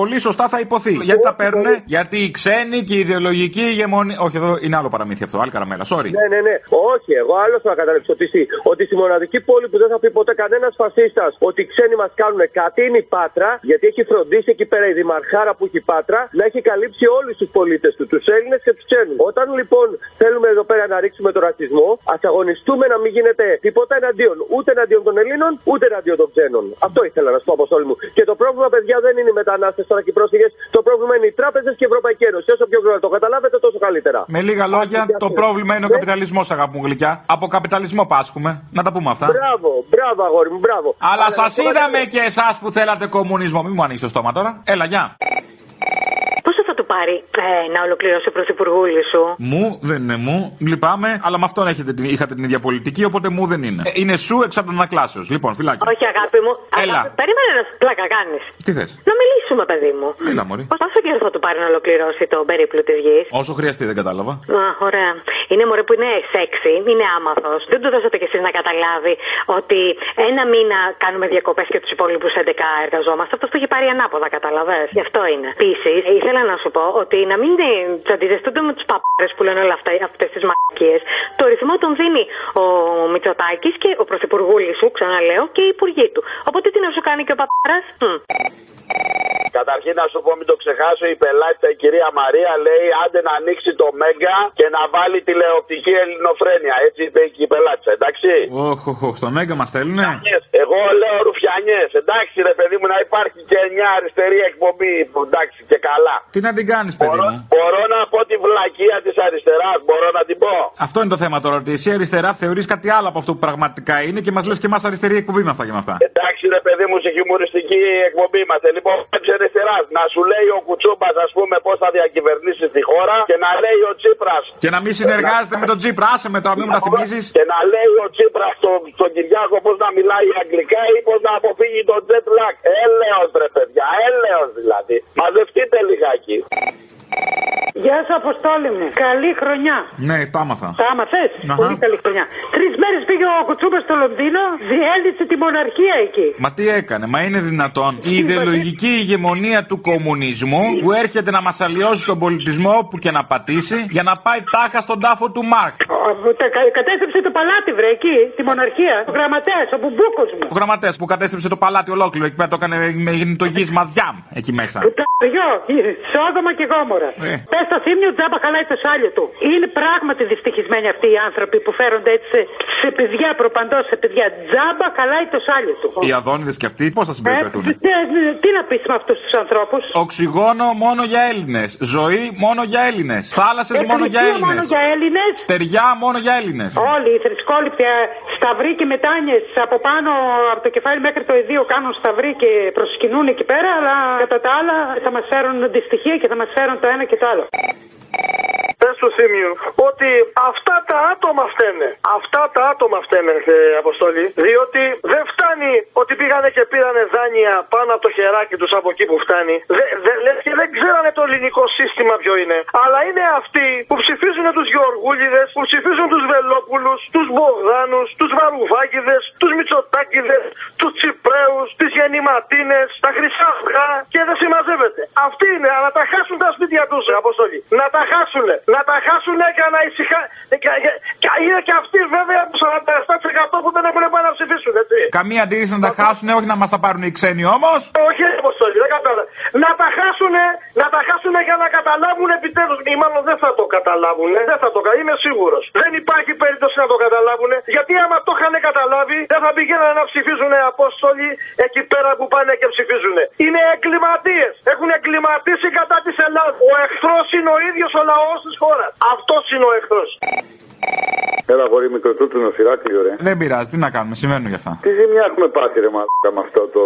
Speaker 3: Πολύ σωστά θα υποθεί. Γιατί τα παίρνουνε, γιατί οι ξένοι και η ιδεολογική ηγεμονία. Όχι, εδώ είναι άλλο παραμύθι αυτό. Άλλη καραμέλα, sorry.
Speaker 2: Ναι, ναι, ναι. Όχι, εγώ άλλο θα καταλήξω ότι, στη- ότι στη μοναδική πόλη που δεν θα πει ποτέ κανένας φασίστας ότι οι ξένοι μας κάνουν κάτι είναι η Πάτρα, γιατί έχει φροντίσει εκεί πέρα η Δημαρχάρα που έχει η Πάτρα να έχει καλύψει όλους τους πολίτες του, τους Έλληνες και τους ξένους. Όταν λοιπόν θέλουμε εδώ πέρα να ρίξουμε τον ρατσισμό, ας αγωνιστούμε να μην γίνεται τίποτα εναντίον ούτε εναντίον των Ελλήνων, ούτε εναντίον των ξένων. Αυτό ήθελα να σου πω, Αποστόλη μου. Και το πρόβλημα, παιδιά, δεν είναι οι μετανάστες τώρα και οι πρόσφυγες. Το πρόβλημα είναι οι τράπεζες και η Ευρωπαϊκή Ένωση. Όσο πιο γρήγορα το καταλάβετε, τόσο καλύτερα.
Speaker 3: Με λίγα λόγια,
Speaker 2: ε,
Speaker 3: το πρόβλημα είναι ο καπιταλισμό, αγαπητοί γλυκιά. Από καπιταλισμό πάσχουμε. Να τα πούμε
Speaker 12: Ε,
Speaker 3: αυτά.
Speaker 2: Μπράβο, μπράβο, αγόρι μου, μπράβο.
Speaker 3: Αλλά σας
Speaker 2: τώρα-
Speaker 3: είδαμε και εσάς που θέλατε κομμουνισμό. Μην μου ανοίξεις το στόμα τώρα. Έλα, γεια.
Speaker 4: Πόσο θα του πάρει ε, να ολοκληρώσει ο πρωθυπουργούλης σου.
Speaker 3: Μου δεν είναι μου, λυπάμαι, αλλά με αυτόν έχετε, την- είχατε την ίδια πολιτική, οπότε μου δεν είναι. Ε, είναι σου εξ ανακλάσεω. Λοιπόν, φυλάκι.
Speaker 4: Όχι, αγάπη μου.
Speaker 3: Έλα.
Speaker 4: Αγάπη, περίμενε να σου πλάκα κάνεις.
Speaker 3: Τι θες,
Speaker 4: Να μιλήσουμε, παιδί μου.
Speaker 3: Έλα, Μωρή.
Speaker 4: Πόσο καιρό θα του πάρει να ολοκληρώσει το περίπλου της γης.
Speaker 3: Όσο χρειαστεί, δεν κατάλαβα.
Speaker 4: Α, ωραία. Είναι μωρέ που είναι σεξι, είναι άμαθος. Δεν του δώσατε κι εσείς να καταλάβει ότι ένα μήνα κάνουμε διακοπές και τους υπόλοιπους 11 εργαζόμαστε. Αυτός το είχε πάρει ανάποδα, καταλαβέ. Γι' αυτό είναι. Επίσης, ήθελα να σου πω ότι να μην ε, τσαντιζεστούνται με τους παπάρες που λένε όλα αυτά αυτές τις μαρκίε. Το ρυθμό τον δίνει ο Μητσοτάκης και ο πρωθυπουργούλης σου, ξαναλέω, και οι υπουργοί του. Οπότε τι να σου κάνει και ο παπάρας.
Speaker 15: Καταρχήν να σου πω, μην το ξεχάσω, η πελάτητα η κυρία Μαρία λέει άντε να ανοίξει το Μέγκα και να βάλει τηλεοπτική ελληνοφρένεια. Έτσι είπε η πελάτητα, εντάξει.
Speaker 3: Οχ, οχ, οχ, στο Μέγκα μας θέλουνε.
Speaker 15: Ρουφιανιές. Εγώ λέω ρουφιανιές, εντάξει ρε παιδί μου να υπάρχει και μια αριστερή εκπομπή, που εντάξει και καλά.
Speaker 3: Τι να την κάνεις, παιδί μου.
Speaker 15: Μπορώ να πω τη βλακεία της αριστεράς, μπορώ να την πω.
Speaker 3: Αυτό είναι το θέμα τώρα. Ότι εσύ αριστερά θεωρείς κάτι άλλο από αυτό που πραγματικά είναι και μας λες και εμάς αριστερή εκπομπή με αυτά και με αυτά.
Speaker 15: Εντάξει ρε παιδί μου, σε χιουμοριστική εκπομπή είμαστε. Λοιπόν, πάμε σε αριστερά
Speaker 11: Τσίπρα να σου λέει ο Κουτσούμπας, ας πούμε, πώς θα διακυβερνήσεις τη χώρα και να λέει ο Τσίπρας.
Speaker 3: Και να μην συνεργάζεται με τον Τζίπρα, άσε με τα μην μου τα θυμίζεις.
Speaker 11: Και να λέει ο Τσίπρας στον, στον Κυριάκο πώς να μιλάει αγγλικά ή πώς να αποφύγει τον jet lag. Έλεος ρε παιδιά, έλεος δηλαδή. Μαζευτείτε λιγάκι.
Speaker 22: Γεια σου, Αποστόλη μου. Καλή χρονιά.
Speaker 3: Ναι, τα άμαθα.
Speaker 22: Τα άμαθες.
Speaker 3: Αχα.
Speaker 22: Πολύ καλή χρονιά. Τρεις μέρες πήγε ο Κουτσούμπας στο Λονδίνο, διέλυσε τη μοναρχία εκεί.
Speaker 3: Μα τι έκανε, μα είναι δυνατόν η ιδεολογική ηγεμονία του κομμουνισμού που έρχεται να μας αλλοιώσει τον πολιτισμό όπου και να πατήσει για να πάει τάχα στον τάφο του Μάρκ.
Speaker 22: Ο- τα- κα- Κατέστρεψε το παλάτι, βρε, εκεί, τη μοναρχία. Ο γραμματέας, ο μπουμπούκος μου.
Speaker 3: Ο γραμματέας που κατέστρεψε το παλάτι ολόκληρο εκεί πέρα το έκανε με γη μαδιάμ εκεί μέσα.
Speaker 22: Πουταριό, Σόδομα και Γόμορα.
Speaker 3: Ε.
Speaker 22: Πες στο θύμιο, τζάμπα χαλάει το σάλιο του. Είναι πράγματι δυστυχισμένοι αυτοί οι άνθρωποι που φέρονται έτσι σε, σε παιδιά προπαντός, σε παιδιά. Τζάμπα χαλάει το σάλιο του.
Speaker 3: Οι αδόνιδες και αυτοί πώς θα συμπεριφερθούν.
Speaker 22: Ε, τι- τι να πεις με αυτούς τους ανθρώπους.
Speaker 3: Οξυγόνο μόνο για Έλληνες. Ζωή μόνο για Έλληνες. Θάλασσες μόνο για Έλληνε.
Speaker 22: Ε, Μόνο για Έλληνες.
Speaker 3: Στεριά μόνο για Έλληνες.
Speaker 22: Όλοι οι θρησκόληπτοι, ε, σταυροί και μετάνιες από πάνω από το κεφάλι μέχρι το εδίο κάνουν σταυροί και προσκυνούν εκεί πέρα, αλλά κατά τα άλλα θα μας φέρουν δυστυχία και θα μας φέρουν το ένα και το άλλο.
Speaker 23: Πες του Θήμιου ότι αυτά τα άτομα φταίνε. Αυτά τα άτομα φταίνε, ε, Αποστολή. Διότι δεν φτάνει ότι πήγανε και πήρανε δάνεια πάνω από το χεράκι τους από εκεί που φτάνει. Δε, δε, λες και δεν ξέρανε το ελληνικό σύστημα ποιο είναι. Αλλά είναι αυτοί που ψηφίζουν τους Γεωργούλιδες, που ψηφίζουν τους Βελόπουλους, τους Μπογδάνους, τους Βαρουβάκηδες, τους Μητσοτάκηδες, τους Τσιπρέους, τις γεννηματίνες, τα χρυσά αυγά και δεν συμμαζεύεται. Αυτοί είναι, να τα χάσουν τα σπίτια τους, Αποστολή. Να τα χάσουν, να τα χάσουν για να ησυχά. και- και- και- Είναι και αυτοί βέβαια που 47% που δεν έχουν πάει να ψηφίσουν, έτσι.
Speaker 3: Καμία αντίρρηση να τα χάσουν, όχι να μας τα πάρουν οι ξένοι όμως.
Speaker 23: Όχι, ρε, Αποστολή, δεν κατάλαβα. Να τα χάσουν, να τα χάσουν για να καταλάβουν επιτέλους. Ή μάλλον δεν θα το καταλάβουν. Δεν θα το κα- είμαι σίγουρος. Δεν υπάρχει περίπτωση να το καταλάβουν. Γιατί άμα το είχαν καταλάβει, δεν θα πηγαίνανε να ψηφίζουν Απόστολοι εκεί πέρα που πάνε και ψηφίζουν. Είναι εγκληματίες. Έχουν εγκληματίσει κατά της Ελλάδας. Ο εχθρός είναι ο ίδιος ο λαός της χώρας. Αυτός είναι ο εχθρός.
Speaker 6: Έλα, γόρι μικροτούτουνο Ηράκλειο, ρε.
Speaker 3: Δεν πειράζει, τι να κάνουμε, συμβαίνουν γι' αυτά.
Speaker 6: Τι ζημιά έχουμε πάθει, ρε μαλάκα με αυτό το.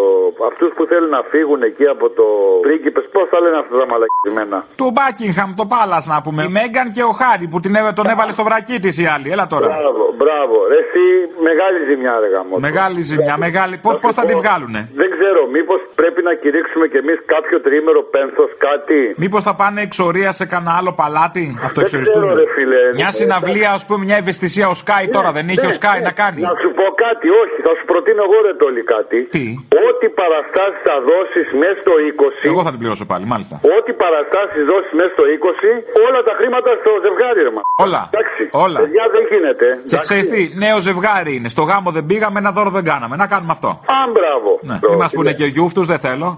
Speaker 6: Αυτούς που θέλουν να φύγουν εκεί από το πρίγκιπες, πώς θα λένε αυτά τα μαλακισμένα.
Speaker 3: Του Μπάκιγχαμ, το Πάλα να πούμε. Η Μέγκαν και ο Χάρη που την, έβα- τον έβαλε στο βρακί της η άλλη. Έλα τώρα.
Speaker 6: Μπράβο, μπράβο. Ρε, εσύ μεγάλη ζημιά, ρε γαμό.
Speaker 3: Μεγάλη ζημιά, μεγάλη. Πώ θα τη βγάλουνε.
Speaker 6: Δεν ξέρω, μήπως πρέπει να κηρύξουμε κι εμείς κάποιο τριήμερο πένθος κάτι.
Speaker 3: Μήπως θα πάνε εξορία σε κανένα άλλο παλάτι, αυτό
Speaker 6: ξέρω, ρε, φίλε.
Speaker 3: Μια
Speaker 6: Ε,
Speaker 3: συναυλία, α πούμε, μια ευαισθησία ο Sky Ε, τώρα δεν είχε ο
Speaker 6: ναι,
Speaker 3: Sky
Speaker 6: ναι.
Speaker 3: να κάνει.
Speaker 6: Να σου πω κάτι, όχι, θα σου προτείνω εγώ ρε τόλι κάτι.
Speaker 3: Τι?
Speaker 6: Ό,τι παραστάσεις θα δώσεις μέσα στο 20.
Speaker 3: Εγώ θα την πληρώσω πάλι, μάλιστα.
Speaker 6: Ό,τι παραστάσεις δώσεις μέσα στο 20, όλα τα χρήματα στο ζευγάρι, ρε μα.
Speaker 3: Όλα.
Speaker 6: Εντάξει.
Speaker 3: Όλα.
Speaker 6: Παιδιά δεν γίνεται.
Speaker 3: Και ξέρεις τι, νέο ζευγάρι είναι. Στο γάμο δεν πήγαμε, ένα δώρο δεν κάναμε. Να κάνουμε αυτό.
Speaker 6: Αν μπράβο.
Speaker 3: Ναι. Μην μας πούνε και ο γιούφτους, δεν θέλω.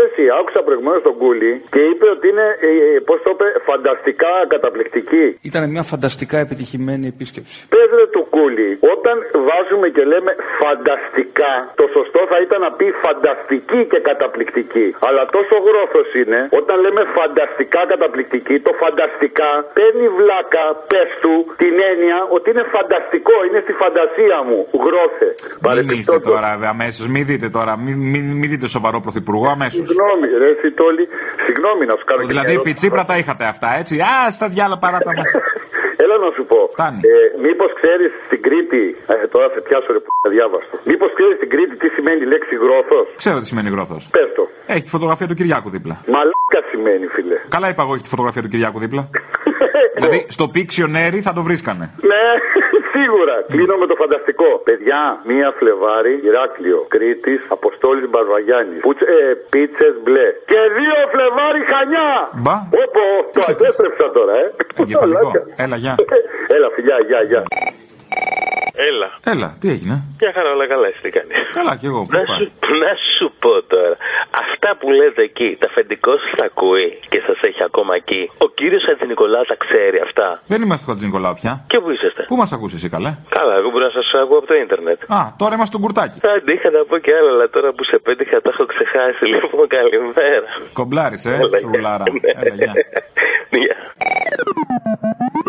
Speaker 6: Ρε, εσύ, άκουσα προηγουμένως τον Κούλι και είπε ότι είναι, ε, ε, πώς το είπε, φανταστικά καταπληκτική.
Speaker 24: Ήταν μια φανταστικά επιτυχημένη επίσκεψη.
Speaker 6: Πες ρε του Κούλι, όταν βάζουμε και λέμε φανταστικά, το σωστό θα ήταν να πει φανταστική και καταπληκτική. Αλλά τόσο γρόθος είναι, όταν λέμε φανταστικά καταπληκτική, το φανταστικά παίρνει βλάκα, πες του, την έννοια ότι είναι φανταστικό, είναι στη φαντασία μου. Γρόθε.
Speaker 3: Μην είστε τώρα αμέσως, μην δείτε τώρα. Μην, μην, μην δείτε σοβαρό πρωθυπουργό αμέσως.
Speaker 6: Συγγνώμη, ρε Σιτόλη, συγγνώμη να σου κάνω και μια
Speaker 3: Δηλαδή,
Speaker 6: ερώτηση.
Speaker 3: πιτσίπρα τα είχατε αυτά, έτσι. Α, στα διάλα παράτα μας.
Speaker 6: Έλα να σου πω. Ε, Μήπως ξέρεις στην Κρήτη. Ε, τώρα σε πιάσω ρε που διάβαστο. Μήπως ξέρεις στην Κρήτη τι σημαίνει η λέξη γρόθος.
Speaker 3: Ξέρω τι σημαίνει γρόθος.
Speaker 6: Πες το.
Speaker 3: Έχει τη φωτογραφία του Κυριάκου δίπλα.
Speaker 6: Μαλάκα σημαίνει, φίλε.
Speaker 3: Καλά είπα εγώ, έχει τη φωτογραφία του Κυριάκου δίπλα. δηλαδή, στο Pictionary θα το βρίσκανε.
Speaker 6: Ναι, σίγουρα. Κλείνω με το φανταστικό. Παιδιά, μία Φλεβάρι, Ηράκλειο, Κρήτης, Αποστόλης Μπαρβαγιάννης. Πουτσε, ε, πίτσες μπλε. Και δύο Φλεβάρι Χανιά.
Speaker 3: Μπα.
Speaker 6: Όπω, το αντέστρεψα τώρα, ε.
Speaker 3: Εγκεφαλικό.
Speaker 6: Μαλάκα.
Speaker 3: Έλα, γεια.
Speaker 6: Έλα, φιλιά, γεια, γεια.
Speaker 12: Έλα.
Speaker 3: Έλα, τι έγινε.
Speaker 12: Μια χαρά όλα καλά, εσύ τι κάνεις.
Speaker 3: Καλά κι εγώ, πώς
Speaker 12: Να
Speaker 3: πάει.
Speaker 12: σου, να σου πω τώρα, αυτά που λέτε εκεί, τα αφεντικό σας τα ακούει και σας έχει ακόμα εκεί. Ο κύριος Χατζηνικολάου τα ξέρει αυτά.
Speaker 3: Δεν είμαστε στο Χατζηνικολάου πια.
Speaker 12: Και πού είσαστε.
Speaker 3: Πού μας ακούσει εσύ, καλέ.
Speaker 12: Καλά, εγώ μπορώ να σας ακούω από το ίντερνετ.
Speaker 3: Α, τώρα είμαστε στον κουρτάκι.
Speaker 12: Άντε, είχα να πω και άλλα, αλλά τώρα που σε πέτυχα τα έχω ξεχάσει. Λοιπόν, καλημέρα.
Speaker 3: Κομπλάρισε, ε,
Speaker 12: Έλα,
Speaker 3: σουρουλάρα.
Speaker 12: γεια.
Speaker 3: Έλα, γεια.
Speaker 12: Γεια.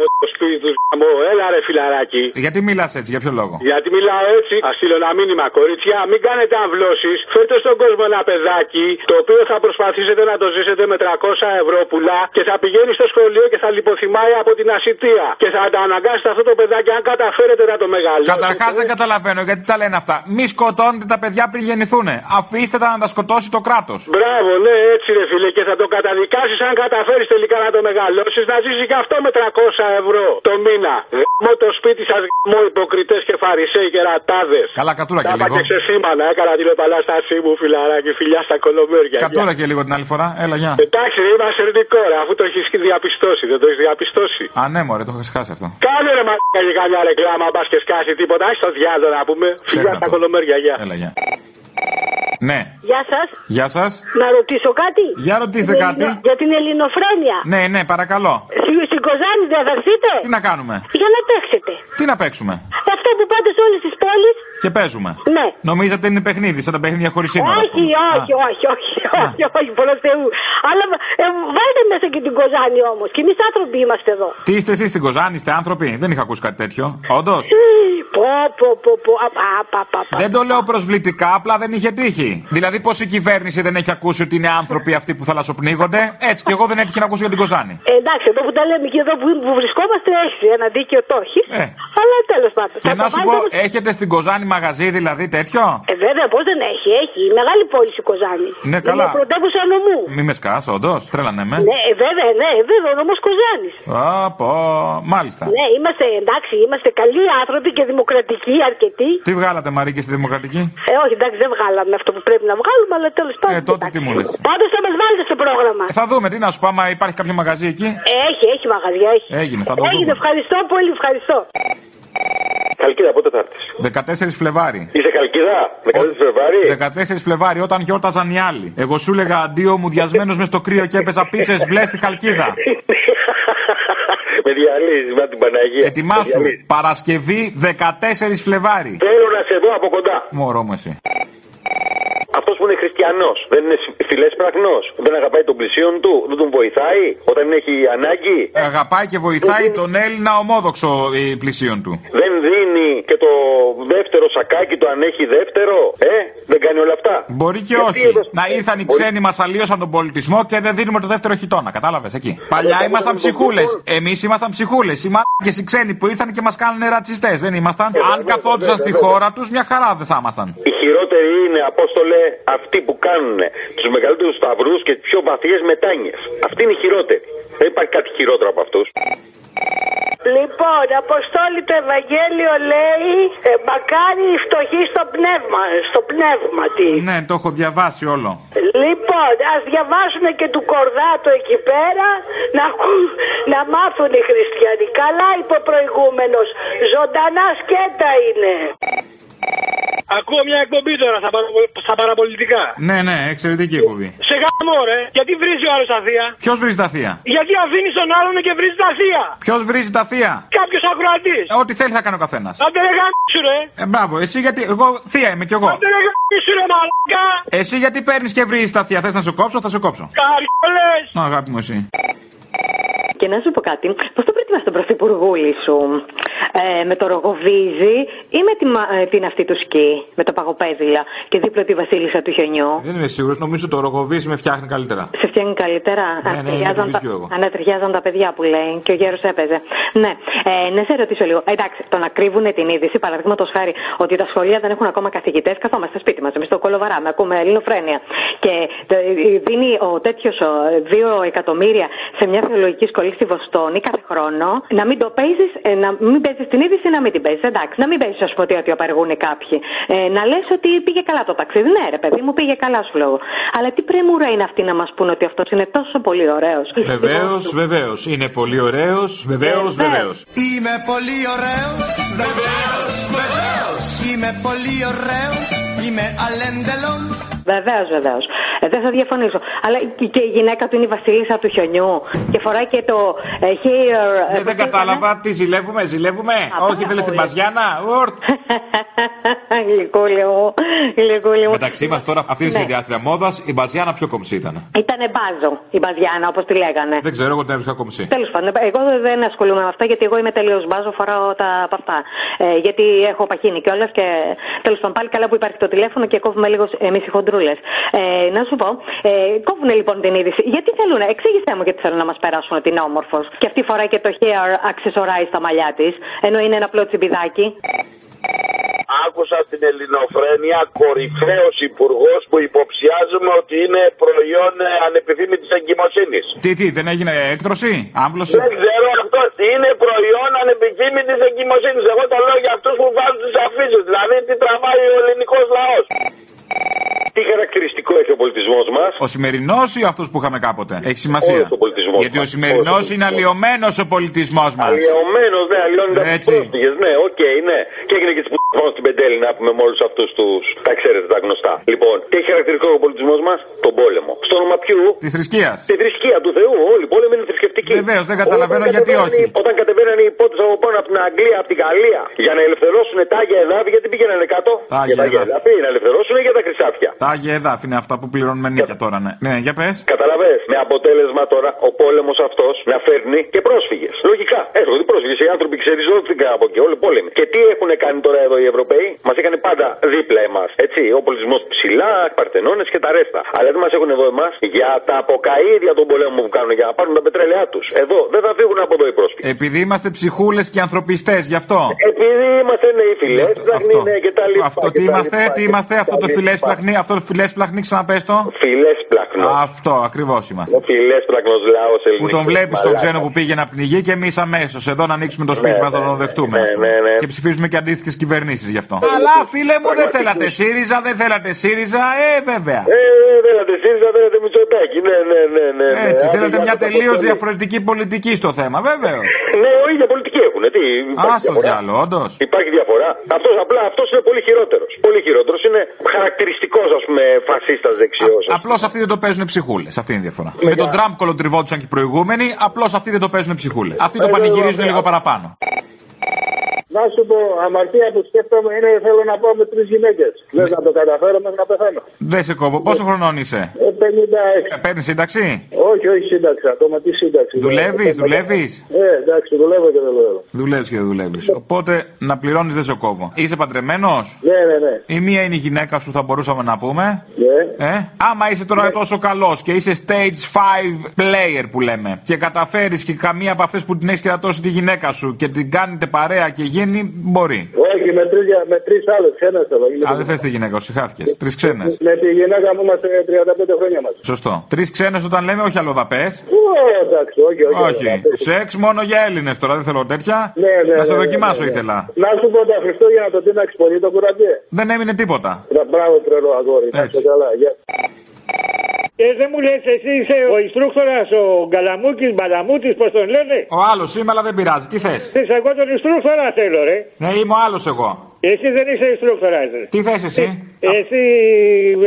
Speaker 16: Μότος του είδους γαμό. Έλα ρε φιλαράκι.
Speaker 3: Γιατί μιλάς έτσι, για ποιο λόγο.
Speaker 16: Γιατί μιλάω έτσι, ας στείλω ένα μήνυμα, κορίτσια. Μην κάνετε αμβλώσεις. Φέρτε στον κόσμο ένα παιδάκι το οποίο θα προσπαθήσετε να το ζήσετε με 300 ευρώ πουλά και θα πηγαίνει στο σχολείο και θα λιποθυμάει από την ασυτεία. Και θα τα αναγκάσετε αυτό το παιδάκι, αν καταφέρετε να το μεγαλώσετε.
Speaker 3: Καταρχάς δεν καταλαβαίνω γιατί τα λένε αυτά. Μη σκοτώνετε τα παιδιά πριν γεννηθούν. Αφήστε τα να τα σκοτώσει το κράτος.
Speaker 16: Μπράβο, ναι, έτσι ρε φίλε. Και θα το καταδικάσεις αν καταφέρεις τελικά να το μεγαλώσεις να ζήσεις και αυτό με 300 ευρώ το μήνα. Γαμώ το σπίτι σας, γαμώ υποκριτές και φαρισαίοι και ρατάδες.
Speaker 3: Καλά, κατούρα
Speaker 16: Τα
Speaker 3: και
Speaker 16: είπα
Speaker 3: λίγο.
Speaker 16: και ξεσήμανα, έκανα την επανάστασή μου, φιλαράκι, φιλιά στα κολομέρια.
Speaker 3: Κατούρα και λίγο την άλλη φορά. Έλα, γεια.
Speaker 16: Εντάξει, ρε, είμαι ασερνικό, ρε, αφού το έχεις διαπιστώσει, δεν το έχεις διαπιστώσει.
Speaker 3: Α, ναι, μωρέ, το είχα ξεχάσει αυτό.
Speaker 16: Κάνε ρε μαλάκα και καμιά ρεκλάμα, μπας και σκάσει τίποτα. Άχι το διάδο να πούμε. Φιλιά στα κολομέρια, γεια.
Speaker 3: Έλα, γεια. Ναι,
Speaker 25: Γεια σας.
Speaker 3: γεια σας.
Speaker 25: Να ρωτήσω κάτι.
Speaker 3: Για ρωτήστε
Speaker 25: Για
Speaker 3: κάτι.
Speaker 25: την- Για την ελληνοφρένεια.
Speaker 3: Ναι, ναι, παρακαλώ.
Speaker 25: Στη- Στην Κοζάνη δεν θα έρθετε.
Speaker 3: Τι να κάνουμε.
Speaker 25: Για να παίξετε.
Speaker 3: Τι να παίξουμε.
Speaker 25: Αυτό που πάτε σε όλες τις πόλεις.
Speaker 3: Και παίζουμε.
Speaker 25: Ναι.
Speaker 3: Νομίζατε είναι παιχνίδι, σαν τα παιχνίδια χωρίς σύνορα. ας
Speaker 25: όχι,
Speaker 3: πούμε. Α.
Speaker 25: όχι, όχι, όχι, όχι, όχι, προς Θεού. Αλλά ε, βάλτε μέσα και την Κοζάνη όμως. Και εμείς άνθρωποι είμαστε εδώ.
Speaker 3: Τι είστε εσείς στην Κοζάνη, είστε άνθρωποι. Δεν είχα ακούσει κάτι τέτοιο. Όντως.
Speaker 25: Πω, πω, πω, πω. Α, α, πα, πα, πα.
Speaker 3: Δεν το λέω προσβλητικά, απλά δεν είχε τύχει. Δηλαδή, πώς η κυβέρνηση δεν έχει ακούσει ότι είναι άνθρωποι αυτοί που θαλασσοπνίγονται. Έτσι, και εγώ δεν έτυχε να ακούσω για την Κοζάνη.
Speaker 25: Ε, εντάξει, εδώ που τα λέμε και εδώ που, που βρισκόμαστε έχει ένα δίκαιο το έχει. Αλλά τέλος πάντων.
Speaker 3: Ε. Και
Speaker 25: θα
Speaker 3: να
Speaker 25: το
Speaker 3: σου
Speaker 25: βάλετε
Speaker 3: πω,
Speaker 25: όμως-
Speaker 3: έχετε στην Κοζάνη μαγαζί, δηλαδή τέτοιο.
Speaker 25: Ε, βέβαια, πώς δεν έχει, έχει. Η μεγάλη πόλη η Κοζάνη.
Speaker 3: Ναι, καλά.
Speaker 25: Είναι πρωτεύουσα νομού.
Speaker 3: Μη με σκάς, όντως. Τρέλανε με.
Speaker 25: Ναι, ε, βέβαια, ναι, ε, βέβαια, ο νομός Κοζάνης.
Speaker 3: Από. Μάλιστα.
Speaker 25: Ναι, είμαστε εντάξει, είμαστε καλοί άνθρωποι και δημοκρατικοί αρκετοί.
Speaker 3: Τι βγάλατε, Μαρίκη, στη Δημοκρατική.
Speaker 25: Ε, όχι, εντάξει, δεν βγάλαμε αυτό που πρέπει να βγάλουμε, αλλά τέλος πάντων.
Speaker 3: Ε, τότε τι μου λες.
Speaker 25: Πάντως θα μας βάλετε στο πρόγραμμα.
Speaker 3: Θα δούμε, τι να σου πω, άμα υπάρχει κάποιο μαγαζί εκεί.
Speaker 25: Ε, έχει, έχει μαγαζιά, έχει.
Speaker 3: Έγινε, θα το
Speaker 25: Έγινε,
Speaker 3: δούμε.
Speaker 25: ευχαριστώ πολύ, ευχαριστώ.
Speaker 12: Καλκίδα, πότε θα έρθεις.
Speaker 3: 14 Φλεβάρι.
Speaker 12: Είσαι καλκίδα, 14 Φλεβάρι.
Speaker 3: 14 Φλεβάρι, όταν γιόρταζαν οι άλλοι. Εγώ σου έλεγα αντίο μου διασμένος μες στο κρύο και έπαιζα πίτσες μπλε στη χαλκίδα.
Speaker 12: Με διαλύει, με την Παναγία.
Speaker 3: Ετοιμάσου.
Speaker 12: Με διαλύεις. Ε.
Speaker 3: Παρασκευή 14 Φλεβάρι.
Speaker 12: Θέλω να σε δω από κοντά.
Speaker 3: Μωρό μου εσύ.
Speaker 12: Αυτός που είναι χριστιανός, δεν είναι φιλέσπραχνο, δεν αγαπάει τον πλησίον του, δεν τον βοηθάει όταν έχει ανάγκη.
Speaker 3: Ε, Αγαπάει και
Speaker 12: Ε.
Speaker 3: βοηθάει τον Έλληνα ομόδοξο ε, πλησίον του.
Speaker 12: Δεν δίνει και το δεύτερο σακάκι του αν έχει δεύτερο. Ε, δεν κάνει όλα αυτά.
Speaker 3: Μπορεί και
Speaker 12: Γιατί
Speaker 3: όχι.
Speaker 12: έδωσε-
Speaker 3: Να ήρθαν οι
Speaker 12: Μπορεί-
Speaker 3: ξένοι, μας αλλίωσαν τον πολιτισμό και δεν δίνουμε το δεύτερο χιτόνα. Κατάλαβες εκεί. Παλιά
Speaker 12: δεν
Speaker 3: ήμασταν
Speaker 12: δίνουμε τον
Speaker 3: ψυχούλε.
Speaker 12: κούκουλ.
Speaker 3: Εμείς ήμασταν ψυχούλες. Οι μάρκε οι ξένοι που ήρθαν και μας κάνανε ρατσιστές. Δεν ήμασταν.
Speaker 12: Ε,
Speaker 3: Αν
Speaker 12: βέβαια,
Speaker 3: καθόντουσαν
Speaker 12: βέβαια,
Speaker 3: στη
Speaker 12: βέβαια.
Speaker 3: χώρα τους, μια χαρά δεν θα ήμασταν.
Speaker 12: Οι χειρότεροι είναι, Απόστολε, αυτοί που κάνουν τους μεγαλύτερους σταυρούς και τις πιο βαθιές μετάνοιε. Αυτοί είναι οι χειρότεροι. Δεν υπάρχει κάτι χειρότερο από αυτούς.
Speaker 9: Λοιπόν, Αποστόλη το Ευαγγέλιο λέει ε, μακάρι οι φτωχοί στο πνεύμα, στο πνεύμα τη.
Speaker 3: Ναι, το έχω διαβάσει όλο.
Speaker 9: Λοιπόν, ας διαβάσουμε και του Κορδάτο εκεί πέρα να, ακού- να μάθουν οι χριστιανοί. Καλά είπε ο προηγούμενος, ζωντανά σκέτα είναι.
Speaker 26: Ακούω μια εκπομπή τώρα στα, παραπολ- στα παραπολιτικά.
Speaker 3: Ναι, ναι, εξαιρετική εκπομπή.
Speaker 26: Σε γάμο, ρε, γιατί βρίζει ο άλλος τα θεία.
Speaker 3: Ποιος βρίζει τα θεία.
Speaker 26: Γιατί αφήνεις τον άλλον και βρίζει τα θεία.
Speaker 3: Ποιος βρίζει τα θεία.
Speaker 26: Κάποιος ακροατής.
Speaker 3: Ε, Ό,τι θέλει θα κάνει ο καθένας.
Speaker 26: Άντε ρε γάμισου, ρε.
Speaker 3: Ε, μπράβο, εσύ γιατί. Εγώ θεία είμαι κι εγώ.
Speaker 26: Άντε ρε γάμισου, ρε μαλακά.
Speaker 3: Εσύ γιατί παίρνεις και βρίζεις τα θεία. Θες να σου κόψω, θα σου κόψω.
Speaker 26: Καριόλε.
Speaker 3: Να, αγάπη μου εσύ.
Speaker 27: Και να σου πω κάτι, πώς το προτιμάς τον πρωθυπουργούλη σου, ε, με το ρογοβίζι ή με τη, μα- ε, την αυτή του σκι, με το παγοπέδιλα και δίπλα τη βασίλισσα του χιονιού.
Speaker 3: Δεν είμαι σίγουρος, νομίζω το ρογοβίζι με φτιάχνει καλύτερα.
Speaker 27: Σε φτιάχνει καλύτερα.
Speaker 3: Ναι, ναι,
Speaker 27: Ανατριχιάζαν
Speaker 3: είναι το βυζιό εγώ.
Speaker 27: τα, ανατριχιάζαν τα παιδιά που λέει και ο γέρος έπαιζε. Ναι, ε, να σε ρωτήσω λίγο. Ε, εντάξει, το να κρύβουν την είδηση, παραδείγματος χάρη ότι τα σχολεία δεν έχουν ακόμα καθηγητές, καθόμαστε σπίτι μας. Εμείς στο κολοβαρά, με ακούμε ελληνοφρένεια. Και ε, ε, δίνει ο τέτοιος δύο εκατομμύρια σε μια θεολογική σχολή στη Βοστόνη κάθε χρόνο. Να μην το παίζεις, να μην παίζεις την είδηση, να μην την παίζεις. Εντάξει, να μην παίζεις, ας πούμε, ότι- ότι απεργούν κάποιοι. Ε, να λες ότι πήγε καλά το ταξίδι. Ναι, ρε παιδί μου, πήγε καλά σου λόγο. Αλλά τι πρεμούρα είναι αυτή να μας πούνε ότι αυτός είναι τόσο πολύ ωραίος.
Speaker 3: Βεβαίως, βεβαίως. Είναι πολύ ωραίος. Βεβαίως,
Speaker 12: Ναι.
Speaker 3: βεβαίως.
Speaker 28: Είμαι πολύ ωραίος, βεβαίως, βεβαίως Είμαι πολύ ωραίος, είμαι αλέντελον
Speaker 27: Βεβαίως, βεβαίως. Ε, δεν θα διαφωνήσω. Αλλά και- και η γυναίκα του είναι η Βασίλισσα του Χιονιού και φοράει και το ε, here.
Speaker 3: Ε, δεν
Speaker 12: ναι.
Speaker 3: κατάλαβα τι ζηλεύουμε, ζηλεύουμε. Όχι, θέλει την Παζιάνα. Ορτ.
Speaker 12: Ε,
Speaker 27: Γλυκούλη μου. Γλυκούλη μου.
Speaker 3: Μεταξύ μας τώρα, αυτή η
Speaker 27: Ναι.
Speaker 3: σχεδιάστρια μόδας, η Μπαζιάνα πιο κομψή ήταν.
Speaker 27: Ήτανε μπάζο η Μπαζιάνα, όπως τη λέγανε.
Speaker 3: Δεν ξέρω, εγώ την έβρισκα κομψή.
Speaker 12: Ε,
Speaker 27: Τέλος πάντων, εγώ δεν ασχολούμαι με αυτά γιατί εγώ είμαι τελείως μπάζο, φοράω τα από αυτά. Ε, γιατί έχω παχύνει κιόλας και τέλος πάντων πάλι καλά που υπάρχει το τηλέφωνο και κόβουμε λίγο εμείς οι χοντρούλες. Ε, να σου πω, ε, κόβουν λοιπόν την είδηση. Γιατί θέλουν, εξήγησέ μου γιατί θέλουν να μας περάσουν ότι είναι όμορφος. Και αυτή φοράει και το hair accessorize στα μαλλιά της, ενώ είναι ένα απλό τσιμπιδάκι.
Speaker 7: Άκουσα στην Ελληνοφρένεια κορυφαίος υπουργός που υποψιάζουμε ότι είναι προϊόν ε, ανεπιθύμητης εγκυμοσύνης.
Speaker 3: Τι, τι, δεν έγινε έκτρωση, άμβλωση.
Speaker 7: Δεν ξέρω αυτό. Είναι προϊόν ανεπιθύμητης εγκυμοσύνης. Εγώ το λέω για αυτούς που βάζουν τις αφήσεις. Δηλαδή τι τραβάει ο ελληνικός λαός.
Speaker 12: Τι χαρακτηριστικό έχει ο πολιτισμός μας.
Speaker 3: Ο σημερινός ή αυτός που είχαμε κάποτε. Έχει σημασία.
Speaker 12: Όλος ο πολιτισμός
Speaker 3: Γιατί ο
Speaker 12: μας.
Speaker 3: σημερινός
Speaker 12: Όλος ο
Speaker 3: είναι αλλοιωμένος ο πολιτισμός μας.
Speaker 12: Αλλιωμένο, ναι, αλλιώνει τα
Speaker 3: Έτσι.
Speaker 12: πρόσφυγες. Ναι, οκ, ναι. Και έγινε και τι που πάνω στην Πεντέλη να πούμε με όλους αυτούς τους. Τα ξέρετε τα γνωστά. Λοιπόν, τι έχει χαρακτηριστικό ο πολιτισμός μας, τον πόλεμο. Στο όνομα ποιου.
Speaker 3: Της θρησκείας.
Speaker 12: Τη θρησκεία του Θεού. Όλοι οι πόλεμοι είναι θρησκευτικοί.
Speaker 3: Βεβαίως, δεν καταλαβαίνω
Speaker 12: Όταν
Speaker 3: γιατί
Speaker 12: κατεβαίνανε
Speaker 3: όχι.
Speaker 12: οι- Όταν κατεβαίνανε οι πότε από πάνω από την Αγγλία, από την Γαλλία, για να ελευθερώσουν τα άγια εδάφη, γιατί πήγαινανε κάτω.
Speaker 3: Τα
Speaker 12: για τα
Speaker 3: Άγια
Speaker 12: άγια
Speaker 3: Εδάφη.
Speaker 12: εδάφη, να ελευθερώσουν για τα χρυσάφια.
Speaker 3: Τα άγια εδάφη είναι αυτά που πληρώνουμε νίκια τώρα, ναι. Ναι, για πες.
Speaker 12: Καταλαβέ. Με αποτέλεσμα τώρα ο πόλεμος αυτός να φέρνει και πρόσφυγες. Λογικά. Έρχονται οι πρόσφυγες. Οι άνθρωποι ξεριζώθηκαν από εκεί. Όλοι οι πόλεμοι. Και τι έχουν κάνει τώρα εδώ οι Ευρωπαίοι. Μας έκανε πάντα δίπλα εμάς. Έτσι. Ο πολιτισμός ψηλά, παρτενώνες και τα ρέστα. Αλλά δεν μας έχουν εδώ εμάς για τα αποκαίδια των πολέμων που κάνουν για να πάρουν τα πετρέλαιά τους. Εδώ δεν θα φύγουν από εδώ οι πρόσφυγες.
Speaker 3: Επειδή είμαστε ψυχούλες και ανθρωπιστές, γι' αυτό.
Speaker 12: Επειδή είμαστε νέοι φίλοι, έτσι είναι και τα λοιπά.
Speaker 3: Αυτό
Speaker 12: και
Speaker 3: τι
Speaker 12: τα
Speaker 3: είμαστε,
Speaker 12: λοιπά,
Speaker 3: τι
Speaker 12: και
Speaker 3: είμαστε,
Speaker 12: τα
Speaker 3: αυτό το
Speaker 12: λοιπά.
Speaker 3: φιλέσπλαχνι, αυτό το φιλέσπλαχνι, ξαναπες το.
Speaker 12: Φιλέσπλαχνο.
Speaker 3: Αυτό ακριβώς είμαστε.
Speaker 12: Ο φιλέσπλαχνο λαό ελληνικό.
Speaker 3: Που τον βλέπεις τον ξένο που πήγε να πνιγεί και εμείς αμέσως εδώ να ανοίξουμε το σπίτι
Speaker 12: Ναι,
Speaker 3: μας να
Speaker 12: ναι,
Speaker 3: τον
Speaker 12: ναι,
Speaker 3: δεχτούμε.
Speaker 12: ναι,
Speaker 3: ας πούμε.
Speaker 12: ναι, ναι.
Speaker 3: Και ψηφίζουμε και αντίστοιχες κυβερνήσεις γι' αυτό.
Speaker 12: Αλλά,
Speaker 3: φίλε μου, δεν θέλατε ΣΥΡΙΖΑ, δεν θέλατε ΣΥΡΙΖΑ, ε βέβαια.
Speaker 12: Ε, θέλατε ΣΥΡΙΖΑ, θέλατε Μητσοτάκη. Ναι, ναι, ναι. ναι, ναι.
Speaker 3: Έτσι,
Speaker 12: Άντε,
Speaker 3: θέλατε
Speaker 12: για
Speaker 3: μια
Speaker 12: να το
Speaker 3: τελείως
Speaker 12: αποστολή.
Speaker 3: διαφορετική πολιτική στο θέμα, βέβαιω.
Speaker 12: Ναι, ο ίδιος πολιτική έχουν. Τι, υπάρχει
Speaker 3: Α το
Speaker 12: διαφορά.
Speaker 3: διάλογο, όντως.
Speaker 12: Υπάρχει διαφορά. Αυτός απλά αυτός είναι πολύ χειρότερος. Πολύ χειρότερος. Είναι χαρακτηριστικός, ας πούμε, φασίστας δεξιός.
Speaker 3: Απλώς αυτοί δεν το παίζουν ψυχούλες. Αυτή είναι η διαφορά.
Speaker 6: Ναι,
Speaker 3: Με τον Τραμπ κολοτριβόντουσαν και οι προηγούμενοι, απλώς αυτοί δεν το παίζουν ψυχούλες. Αυτοί το
Speaker 6: Ε,
Speaker 3: πανηγυρίζουν
Speaker 6: βέβαια.
Speaker 3: λίγο παραπάνω.
Speaker 6: Να σου πω, αμαρτία που σκέφτομαι είναι θέλω να πάω με τρεις γυναίκες.
Speaker 3: Ναι.
Speaker 6: Δεν θα το καταφέρω μέχρι να πεθάνω.
Speaker 3: Δεν σε κόβω. Πόσο χρονών είσαι,
Speaker 6: Ε, 56.
Speaker 3: Ε, Παίρνεις σύνταξη,
Speaker 6: Όχι, όχι σύνταξη, ακόμα τι σύνταξη.
Speaker 3: Δουλεύεις,
Speaker 6: Ε,
Speaker 3: δουλεύεις?
Speaker 6: Ε, εντάξει, δουλεύω και δεν δουλεύω.
Speaker 3: δουλεύεις και δουλεύεις. Οπότε να πληρώνεις δεν σε κόβω. Είσαι παντρεμένος.
Speaker 6: Ναι, ναι, ναι.
Speaker 3: Η μία είναι η γυναίκα σου, θα μπορούσαμε να πούμε.
Speaker 6: Ναι.
Speaker 3: Ε? Άμα είσαι τώρα τόσο καλός και είσαι stage 5 player που λέμε και καταφέρεις και καμία από αυτές που την έχεις κρατώσει τη γυναίκα σου και την κάνετε παρέα και γίνει, μπορεί.
Speaker 6: Όχι, με τρεις, γυα- με τρεις άλλες, ξένες θέλω.
Speaker 3: Α, δεν θες τη γυναίκα σου, συχάθηκε. Τρεις ξένες.
Speaker 6: Με τη γυναίκα μου είμαστε 35 χρόνια μαζί.
Speaker 3: Σωστό. Τρεις ξένες όταν λέμε, όχι αλλοδαπές.
Speaker 6: Ε, εντάξει, όχι, όχι.
Speaker 3: Όχι. Σεξ μόνο για Έλληνες τώρα, δεν θέλω τέτοια.
Speaker 6: ναι,
Speaker 3: να σε
Speaker 6: ναι, ναι,
Speaker 3: δοκιμάσω
Speaker 6: ναι, ναι.
Speaker 3: ήθελα.
Speaker 6: Να σου πω τα Χριστούγεννα το τίναξε πολύ το κουραμπιέ.
Speaker 3: Δεν έμεινε τίποτα.
Speaker 6: Μπρα- Μπράβο, τρελό αγόρι. Να
Speaker 3: Έτσι.
Speaker 6: είσαι καλά. Γεια.
Speaker 29: Και δεν μου λες, εσύ είσαι ο Ιστρούκτορα, ο Γκαλαμούκης, Μπαλαμούτη, πώς τον λένε.
Speaker 3: Ο άλλος είμαι, αλλά δεν πειράζει. Τι θες.
Speaker 29: Θες εγώ τον Ιστρούκτορα θέλω, ρε.
Speaker 3: Ναι, είμαι ο άλλος εγώ.
Speaker 29: Εσύ δεν είσαι Ιστρούκτορα, ρε.
Speaker 3: Τι θε εσύ.
Speaker 29: Εσύ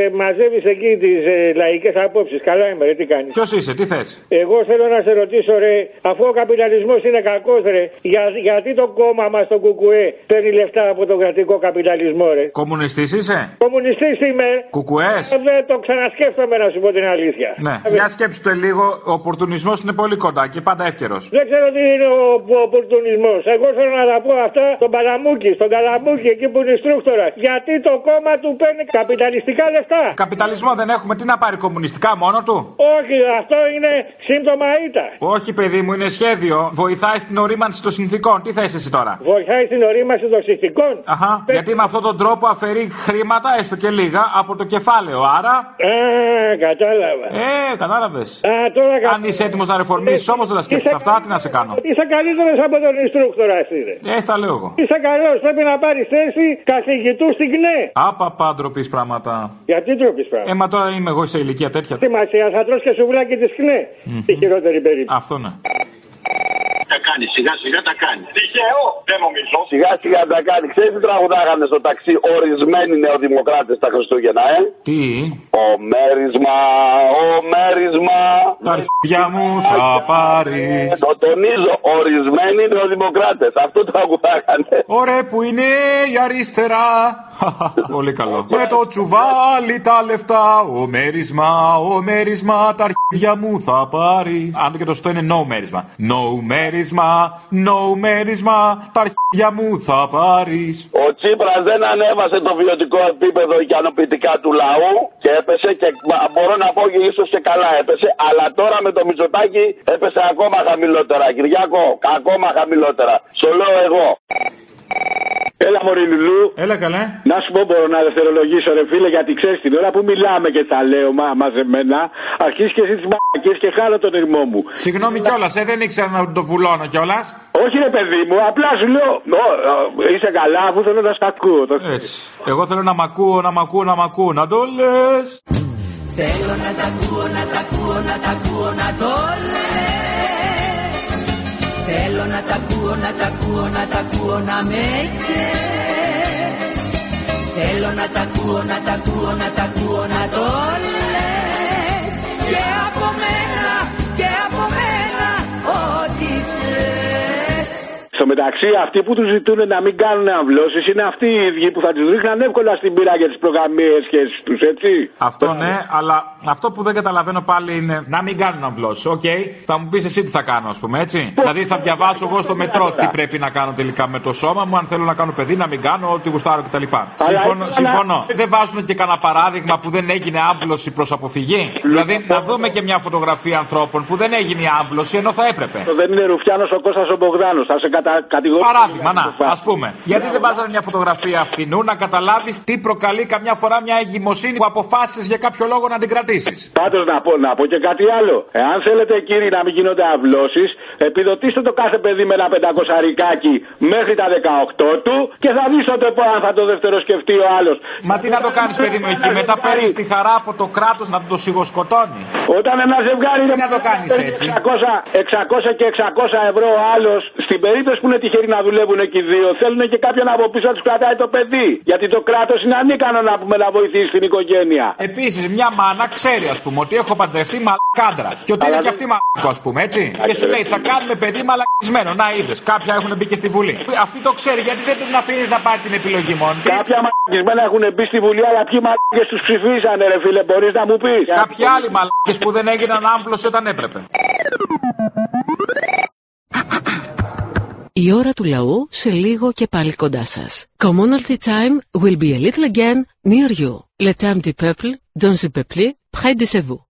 Speaker 29: ε, μαζεύεις εκεί τις ε, λαϊκές απόψεις. Καλά είμαι ρε, τι κάνεις.
Speaker 3: Ποιος είσαι, τι θες.
Speaker 29: Εγώ θέλω να σε ρωτήσω ρε, αφού ο καπιταλισμός είναι κακός ρε, για, γιατί το κόμμα μας το ΚΚΕ παίρνει λεφτά από τον κρατικό καπιταλισμό ρε.
Speaker 3: Κομμουνιστής είσαι.
Speaker 29: Κομμουνιστής είμαι. Ε,
Speaker 3: Κουκουέ.
Speaker 29: Δεν το ξανασκέφτομαι να σου πω την αλήθεια.
Speaker 6: Ε.
Speaker 3: Ναι. Για σκέψου το λίγο, ο οπορτουνισμός είναι πολύ κοντά και πάντα εύκαιρος.
Speaker 29: Δεν ξέρω τι είναι ο, ο οπορτουνισμός. Εγώ θέλω να τα πω αυτά στον Παλαμούκη, στον Καλαμούκη, εκεί που είναι στρούκτορα. Γιατί το κόμμα του παίρνει καπιταλιστικά λεφτά.
Speaker 3: Καπιταλισμό δεν έχουμε, τι να πάρει κομμουνιστικά μόνο του.
Speaker 29: Όχι, αυτό είναι σύμπτωμα ήττα.
Speaker 3: Όχι, παιδί μου, είναι σχέδιο. Βοηθάει στην ορίμανση των συνθήκων. Τι θες εσύ τώρα.
Speaker 29: Βοηθάει στην ορίμανση των συνθηκών.
Speaker 3: Αχα. Γιατί με αυτόν τον τρόπο αφαιρεί χρήματα, έστω και λίγα, από το κεφάλαιο. Άρα.
Speaker 29: Ε, κατάλαβα.
Speaker 3: Ε, κατάλαβες.
Speaker 29: Αν
Speaker 3: είσαι έτοιμος να ρεφορμήσεις όμως, δεν τα σκέφτεσαι αυτά, τι να σε κάνω.
Speaker 29: Είσαι καλύτερος από τον Ιστρούκτορα, είναι.
Speaker 3: Ε, στα λέω εγώ.
Speaker 29: Είσαι καλός, πρέπει να πάρεις θέση καθηγητού στην ΚΝΕ.
Speaker 3: Άπαπα ντροπή πράγματα.
Speaker 29: Γιατί ντροπή πράγματα.
Speaker 3: Ε, μα τώρα είμαι εγώ σε ηλικία τέτοια.
Speaker 29: Σημασία, θα τρως και σουβλάκι της ΚΝΕ. Τη χειρότερη περίπτωση.
Speaker 3: Αυτό ναι.
Speaker 30: τα κάνει, σιγά σιγά τα κάνει. Τυχαίο, δεν νομίζω.
Speaker 11: Σιγά σιγά τα κάνει. Ξέρεις τι τραγουδάγανε στο ταξί ορισμένοι νεοδημοκράτες τα Χριστούγεννα, ε.
Speaker 3: Τι.
Speaker 11: Ο μέρισμα, ο μέρισμα. Ε,
Speaker 3: Τα αρχιδιά μου θα πάρεις.
Speaker 11: Το τονίζω, ορισμένοι νεοδημοκράτες. Αυτό τραγουδάγανε.
Speaker 3: Ωραία που είναι η αριστερά. Πολύ καλό. Με το τσουβάλι τα λεφτά. Ο μέρισμα, ο μέρισμα. Τα αρχιδιά μου θα πάρεις. Αν και το στο είναι no μέρισμα. No μέρισμα, no μέρισμα. Τα αρχιδιά μου θα πάρεις.
Speaker 11: Ο Τσίπρας δεν ανέβασε το βιωτικό επίπεδο ικανοποιητικά του λαού και έπεσε και μα, μπορώ να πω και ίσως και καλά έπεσε. Αλλά τώρα με το Μητσοτάκι έπεσε ακόμα χαμηλότερα. Κυριάκο, ακόμα χαμηλότερα. Στο λέω εγώ.
Speaker 16: Έλα, Μωρή Λουλού.
Speaker 3: Έλα, καλέ.
Speaker 16: Να σου πω, μπορώ να δευτερολογήσω, ρε φίλε, γιατί ξέρεις την ώρα που μιλάμε και τα λέω μα, μαζεμένα, αρχίζεις και εσύ τις μαλακίε και χάνω τον ερμό μου.
Speaker 3: Συγγνώμη κιόλας, ε, δεν ήξερα να το βουλώνω κιόλας.
Speaker 16: Όχι, ρε παιδί μου, απλά σου λέω. «Ω, ε, είσαι καλά, αφού θέλω να σ' ακούω. Το...
Speaker 3: Έτσι. Εγώ θέλω να μ' ακούω, να μ' ακούω, να μ' ακούω. Να το λες.
Speaker 31: Θέλω να τα ακούω, να τα ακούω, να τα ακούω, να το λες Θέλω να τα ακούω, να τα ακούω, να τα ακούω, να με κες Θέλω να τα ακούω, να τα ακούω, να τα ακούω, να το λες Και από μένα, και από μένα, ό,τι θες
Speaker 16: Στο μεταξύ, αυτοί που τους ζητούν να μην κάνουν αμβλώσεις είναι αυτοί οι ίδιοι που θα τους ρίχναν εύκολα στην πύρα για τις προγραμμίες και του, έτσι.
Speaker 3: Αυτό ναι, αλλά αυτό που δεν καταλαβαίνω πάλι είναι να μην κάνουν αμβλώσεις. Οκ, θα μου πεις εσύ τι θα κάνω, ας πούμε, έτσι.
Speaker 16: Ναι.
Speaker 3: δηλαδή θα διαβάσω εγώ στο μετρό τι πρέπει να κάνω τελικά με το σώμα μου, αν θέλω να κάνω παιδί, να μην κάνω, ό,τι γουστάρω κτλ. Συμφωνώ.
Speaker 16: ήθελα-
Speaker 3: συμφωνώ. Δεν βάζουν και κανένα παράδειγμα που δεν έγινε άμβλωση προς αποφυγή. δηλαδή να δούμε και μια φωτογραφία ανθρώπων που δεν έγινε άμβλωση ενώ θα έπρεπε.
Speaker 16: Το δεν είναι Ρουφιάνος ο Κώστας ο Μπογδάνος. Θα σε κατα... κατηγορήσω.
Speaker 3: Παράδειγμα, να, ας πούμε. Γιατί δεν βάζανε μια φωτογραφία φθηνού να καταλάβεις τι προκαλεί καμιά φορά μια εγκυμοσύνη που αποφάσισες για κάποιο λόγο να την κρατήσεις.
Speaker 16: Πάντως να πω, να πω και κάτι άλλο. Εάν θέλετε, κύριοι, να μην γίνονται αυλώσεις, επιδοτήστε το κάθε παιδί με ένα πεντακοσαρικάκι μέχρι τα 18 του και θα δεις τότε πω αν θα το δεύτερο σκεφτεί ο άλλος.
Speaker 3: Μα τι να το κάνεις, παιδί μου, εκεί. Μετά παίρνεις τη χαρά από το κράτος να το σιγοσκοτώνει.
Speaker 16: Όταν ένα ζευγάρι
Speaker 3: Τι να το κάνεις έτσι.
Speaker 16: 600, 600 και 600 ευρώ ο άλλος, στην περίπτωση που είναι τυχεροί να δουλεύουν εκεί δύο, θέλουν και κάποιον από πίσω να τους κρατάει το παιδί. Γιατί το κράτος είναι ανίκανο να πούμε να βοηθήσει την οικογένεια.
Speaker 3: Επίσης, μια μάνα ξέρει, ας πούμε, ότι έχω παντρευτεί μαλακάντρα. Και ότι είναι και αυτή μαλακό, ας πούμε, έτσι. Και σου λέει, θα κάνουμε παιδί μαλακισμένο. Να είδες, κάποια έχουν μπει και στη Βουλή. Αυτή το ξέρει, γιατί δεν την αφήνεις να πάρει την επιλογή μόνη της.
Speaker 16: Κάποια μαλακισμένα έχουν μπει στη Βουλή, αλλά ποιοι μαλακές τους ψηφίσανε, ρε φίλε, μπορείς να μου πεις.
Speaker 3: Κάποιοι άλλοι μαλακές που δεν έγιναν άμβλωση όταν έπρεπε.
Speaker 32: Η ώρα του λαού σε λίγο και πάλι κοντά σας. Commonalty time will be a little again near you. Le time du peuple, dans le peuple, près de chez vous.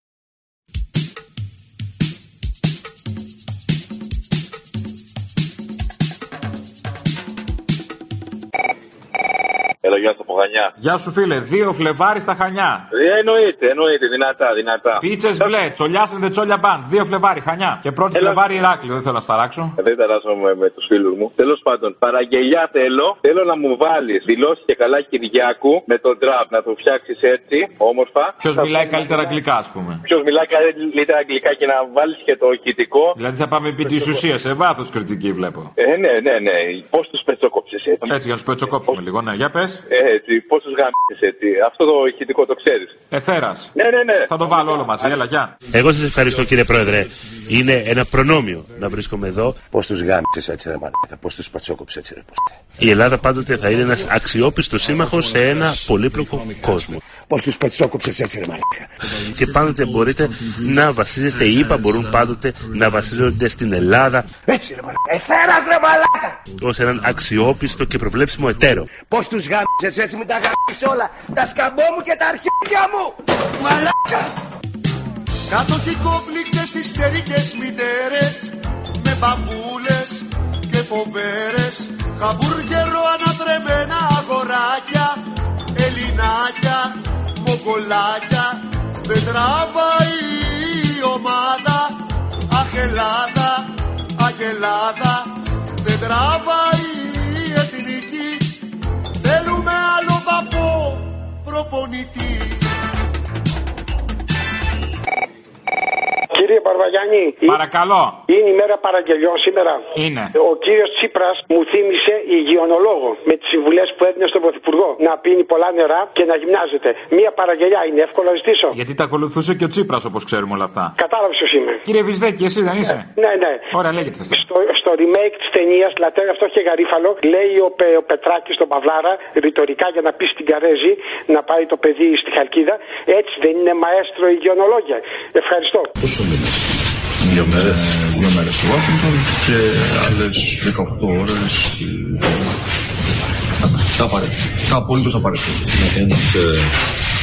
Speaker 18: Εδώ γεια στο Πογανιά.
Speaker 3: Γεια σου, φίλε, 2 Φλεβάρι στα Χανιά.
Speaker 18: Ε, εννοείται, εννοείται, δυνατά, δυνατά.
Speaker 3: Πίτσες μπλε, τσολιά and the τσόλια μπαν. 2 Φλεβάρι, Χανιά. Και 1η Φλεβάρι, Ηράκλειο. Δεν θέλω να σταράξω.
Speaker 18: Δεν ταράζομαι με τους φίλους μου. Τέλος πάντων, παραγγελιά θέλω. Θέλω να μου βάλεις δηλώσεις και καλά Κυριάκου με τον τραπ. Να το φτιάξεις έτσι, όμορφα.
Speaker 3: Ποιος
Speaker 18: Θα
Speaker 3: μιλάει
Speaker 18: πούμε-
Speaker 3: καλύτερα αγγλικά, ας πούμε.
Speaker 18: Ποιος μιλάει καλύτερα αγγλικά και να βάλεις και το ηχητικό.
Speaker 3: Δηλαδή θα πάμε επί της ουσίας, σε βάθος κριτική βλέπω.
Speaker 18: Ε, ναι, ναι, ναι. Πώς τους πετσόκοψε έτσι.
Speaker 3: Έτσι, για να σου πετσοκόψουμε λίγο, ναι, για πες.
Speaker 18: Ε, έτσι, πώ του γάμισε έτσι. Αυτό το ηχητικό το ξέρεις.
Speaker 3: Εθέρας.
Speaker 18: Ναι, ναι, ναι.
Speaker 3: Θα το βάλω όλο μαζί, έλα, γεια.
Speaker 33: Εγώ σας ευχαριστώ κύριε Πρόεδρε. Είναι ένα προνόμιο να βρίσκομαι εδώ.
Speaker 34: Πώ του γάμισες έτσι, ρε Μαλάκα, πώ του πατσόκοψες έτσι, ρε Πούστη.
Speaker 33: Η Ελλάδα πάντοτε θα είναι ένας αξιόπιστος σύμμαχος σε ένα πολύπλοκο κόσμο.
Speaker 34: Πώ του πατσόκοψες έτσι, ρε Μαλάκα.
Speaker 33: Και πάντοτε μπορείτε να βασίζεστε, οι ΙΠΑ μπορούν πάντοτε να βασίζονται στην Ελλάδα
Speaker 34: Έτσι, ρε Μαλάκα. Εθέρας, ρε Μαλάκα.
Speaker 33: ως έναν αξιόπιστο και προβλέψιμο εταίρο.
Speaker 34: Πώ του γάμισε έτσι, μην τα γάμισε όλα. Τα σκαμπό μου και τα αρχίδια μου. Μαλάκα.
Speaker 31: Κατοχικόπληκτες ιστερικές μητέρες Με μπαμπούλες και φοβέρες Χαμπούργερο ανατρεμμένα αγοράκια Ελληνάκια, μογολάκια Δεν τραβάει η ομάδα Αχ Ελλάδα, αχ Ελλάδα Δεν τραβάει η εθνική Θέλουμε άλλο βαπό προπονητής
Speaker 16: Κύριε Παρβαγιάννη,
Speaker 3: Παρακαλώ.
Speaker 16: είναι η μέρα παραγγελιών σήμερα.
Speaker 3: Είναι.
Speaker 16: Ο κύριος Τσίπρας μου θύμισε υγειονολόγο με τις συμβουλές που έδινε στον Πρωθυπουργό. Να πίνει πολλά νερά και να γυμνάζεται. Μία παραγγελιά είναι εύκολο να ζητήσω.
Speaker 3: Γιατί τα ακολουθούσε και ο Τσίπρας, όπως ξέρουμε όλα αυτά.
Speaker 16: Κατάλαβες ποιος είμαι.
Speaker 3: Κύριε Βυσδέκη, εσύ δεν είσαι.
Speaker 16: Ναι, ναι.
Speaker 3: Ωραία, λέγεται θες.
Speaker 16: Στο, στο remake της ταινίας Λατέρα αυτό και γαρίφαλο, λέει ο, Πε, ο Πετράκης στον Παυλάρα, ρητορικά για να πεις στην Καρέζη να πάει το παιδί στη Χαλκίδα. Έτσι δεν είναι μαέστρο υγειονολόγια. Ευχαριστώ.
Speaker 35: Πόσο μήνε. Δύο μέρες. Δύο μέρες στο Washington και άλλες 18 ώρε. Τα απαραίτητα. Τα απολύτω απαραίτητα. Να κάνεις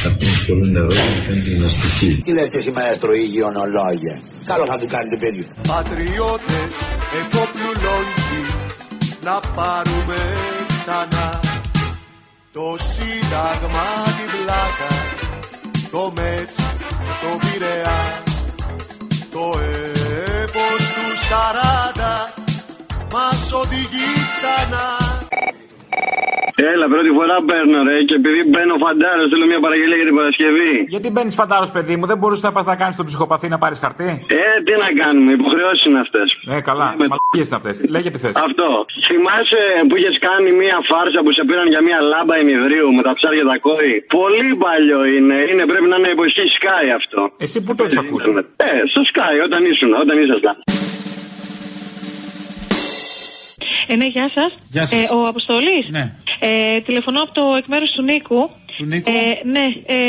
Speaker 35: να πίνεις πολύ νερό και να κάνεις γυμναστική.
Speaker 36: Τι λέτε εσύ μαέστρο υγειονολόγια. Καλό θα του κάνετε παιδί.
Speaker 31: Πατριώτες εφόπλου λόγοι να πάρουμε ξανά το σύνταγμα τη βλάκα το μετς το πειραιά το έπος του 40 μας οδηγεί ξανά
Speaker 12: Έλα, πρώτη φορά παίρνω, ρε, και επειδή μπαίνω φαντάρος, θέλω μια παραγγελία για την Παρασκευή.
Speaker 3: Γιατί μπαίνεις φαντάρος, παιδί μου, δεν μπορούσες να πας να κάνεις τον ψυχοπαθή να πάρεις χαρτί.
Speaker 12: Ε, τι να κάνουμε, υποχρεώσεις είναι αυτές.
Speaker 3: Ε, καλά. Μαλακίες είναι αυτές. Λέγε τη θέση.
Speaker 12: Αυτό. Θυμάσαι που είχες κάνει μια φάρσα που σε πήραν για μια λάμπα ημιδρίου με τα ψάρια τα κόρη. Πολύ παλιό είναι. είναι πρέπει να είναι εποχή Sky αυτό.
Speaker 3: Εσύ που το έχεις ακούσει.
Speaker 12: Ε, στο Sky, όταν ήσουν, όταν ήσασταν.
Speaker 37: Ε, ναι, γεια σας. Γεια σας. Ε, ο Αποστολή. Ναι. Ε, τηλεφωνώ από το εκ μέρους του Νίκου. Του Νίκου. Ε, ναι, ε,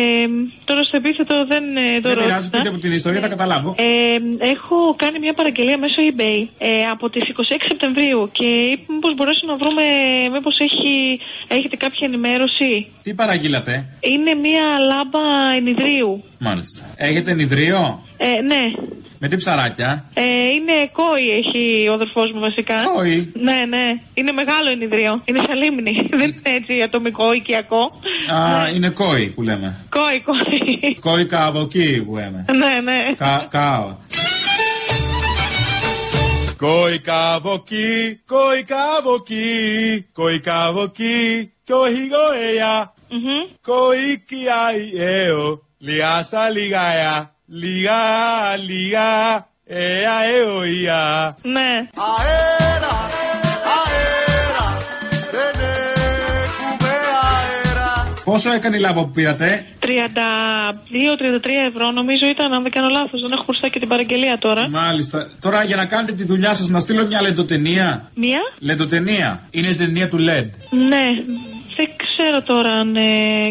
Speaker 37: τώρα στο επίθετο δεν ε, το Δεν πειράζει, ρώτησα. πείτε από την ιστορία, θα καταλάβω. Ε, έχω κάνει μια παραγγελία μέσω eBay ε, από τις 26 Σεπτεμβρίου και μήπως μπορέσουμε να βρούμε, ε, μήπως έχει, έχετε κάποια ενημέρωση. Τι παραγγείλατε, Είναι μια λάμπα ενιδρίου. μάλιστα. Έχετε νηδρίο, Ε, ναι, με τι ψαράκια. ε, είναι κόη έχει ο αδερφός μου βασικά. Κόη? Ναι, ναι. Είναι μεγάλο ενιδρίο. Είναι σαλίμνη. δεν είναι έτσι ατομικό, οικιακό. Ε. Α, είναι κόη που λέμε. Κόη, κόη. Κόη καβοκή που λέμε. ναι, ναι. Κα, κάο.
Speaker 12: Κοϊκαβοκί, κοϊκαβοκί, κοϊκαβοκί, κι όχι γοέα. Κοϊκιαϊ αίο, λιάσα λιγαία, λιγά, λιγά, αία αιωία.
Speaker 37: Ναι.
Speaker 31: Αέρα, αέρα, δεν έχουμε αέρα.
Speaker 37: Πόσο έκανε η λάμπα που πήρατε, 32-33 ευρώ νομίζω ήταν, αν δεν κάνω λάθος. Δεν έχω χωριστά και την παραγγελία τώρα. Μάλιστα. Τώρα για να κάνετε τη δουλειά σας, να στείλω μια λεντοτενία. Μία? Λεντοτενία. Είναι η ταινία του LED. Ναι. Δεν ξέρω τώρα αν ε,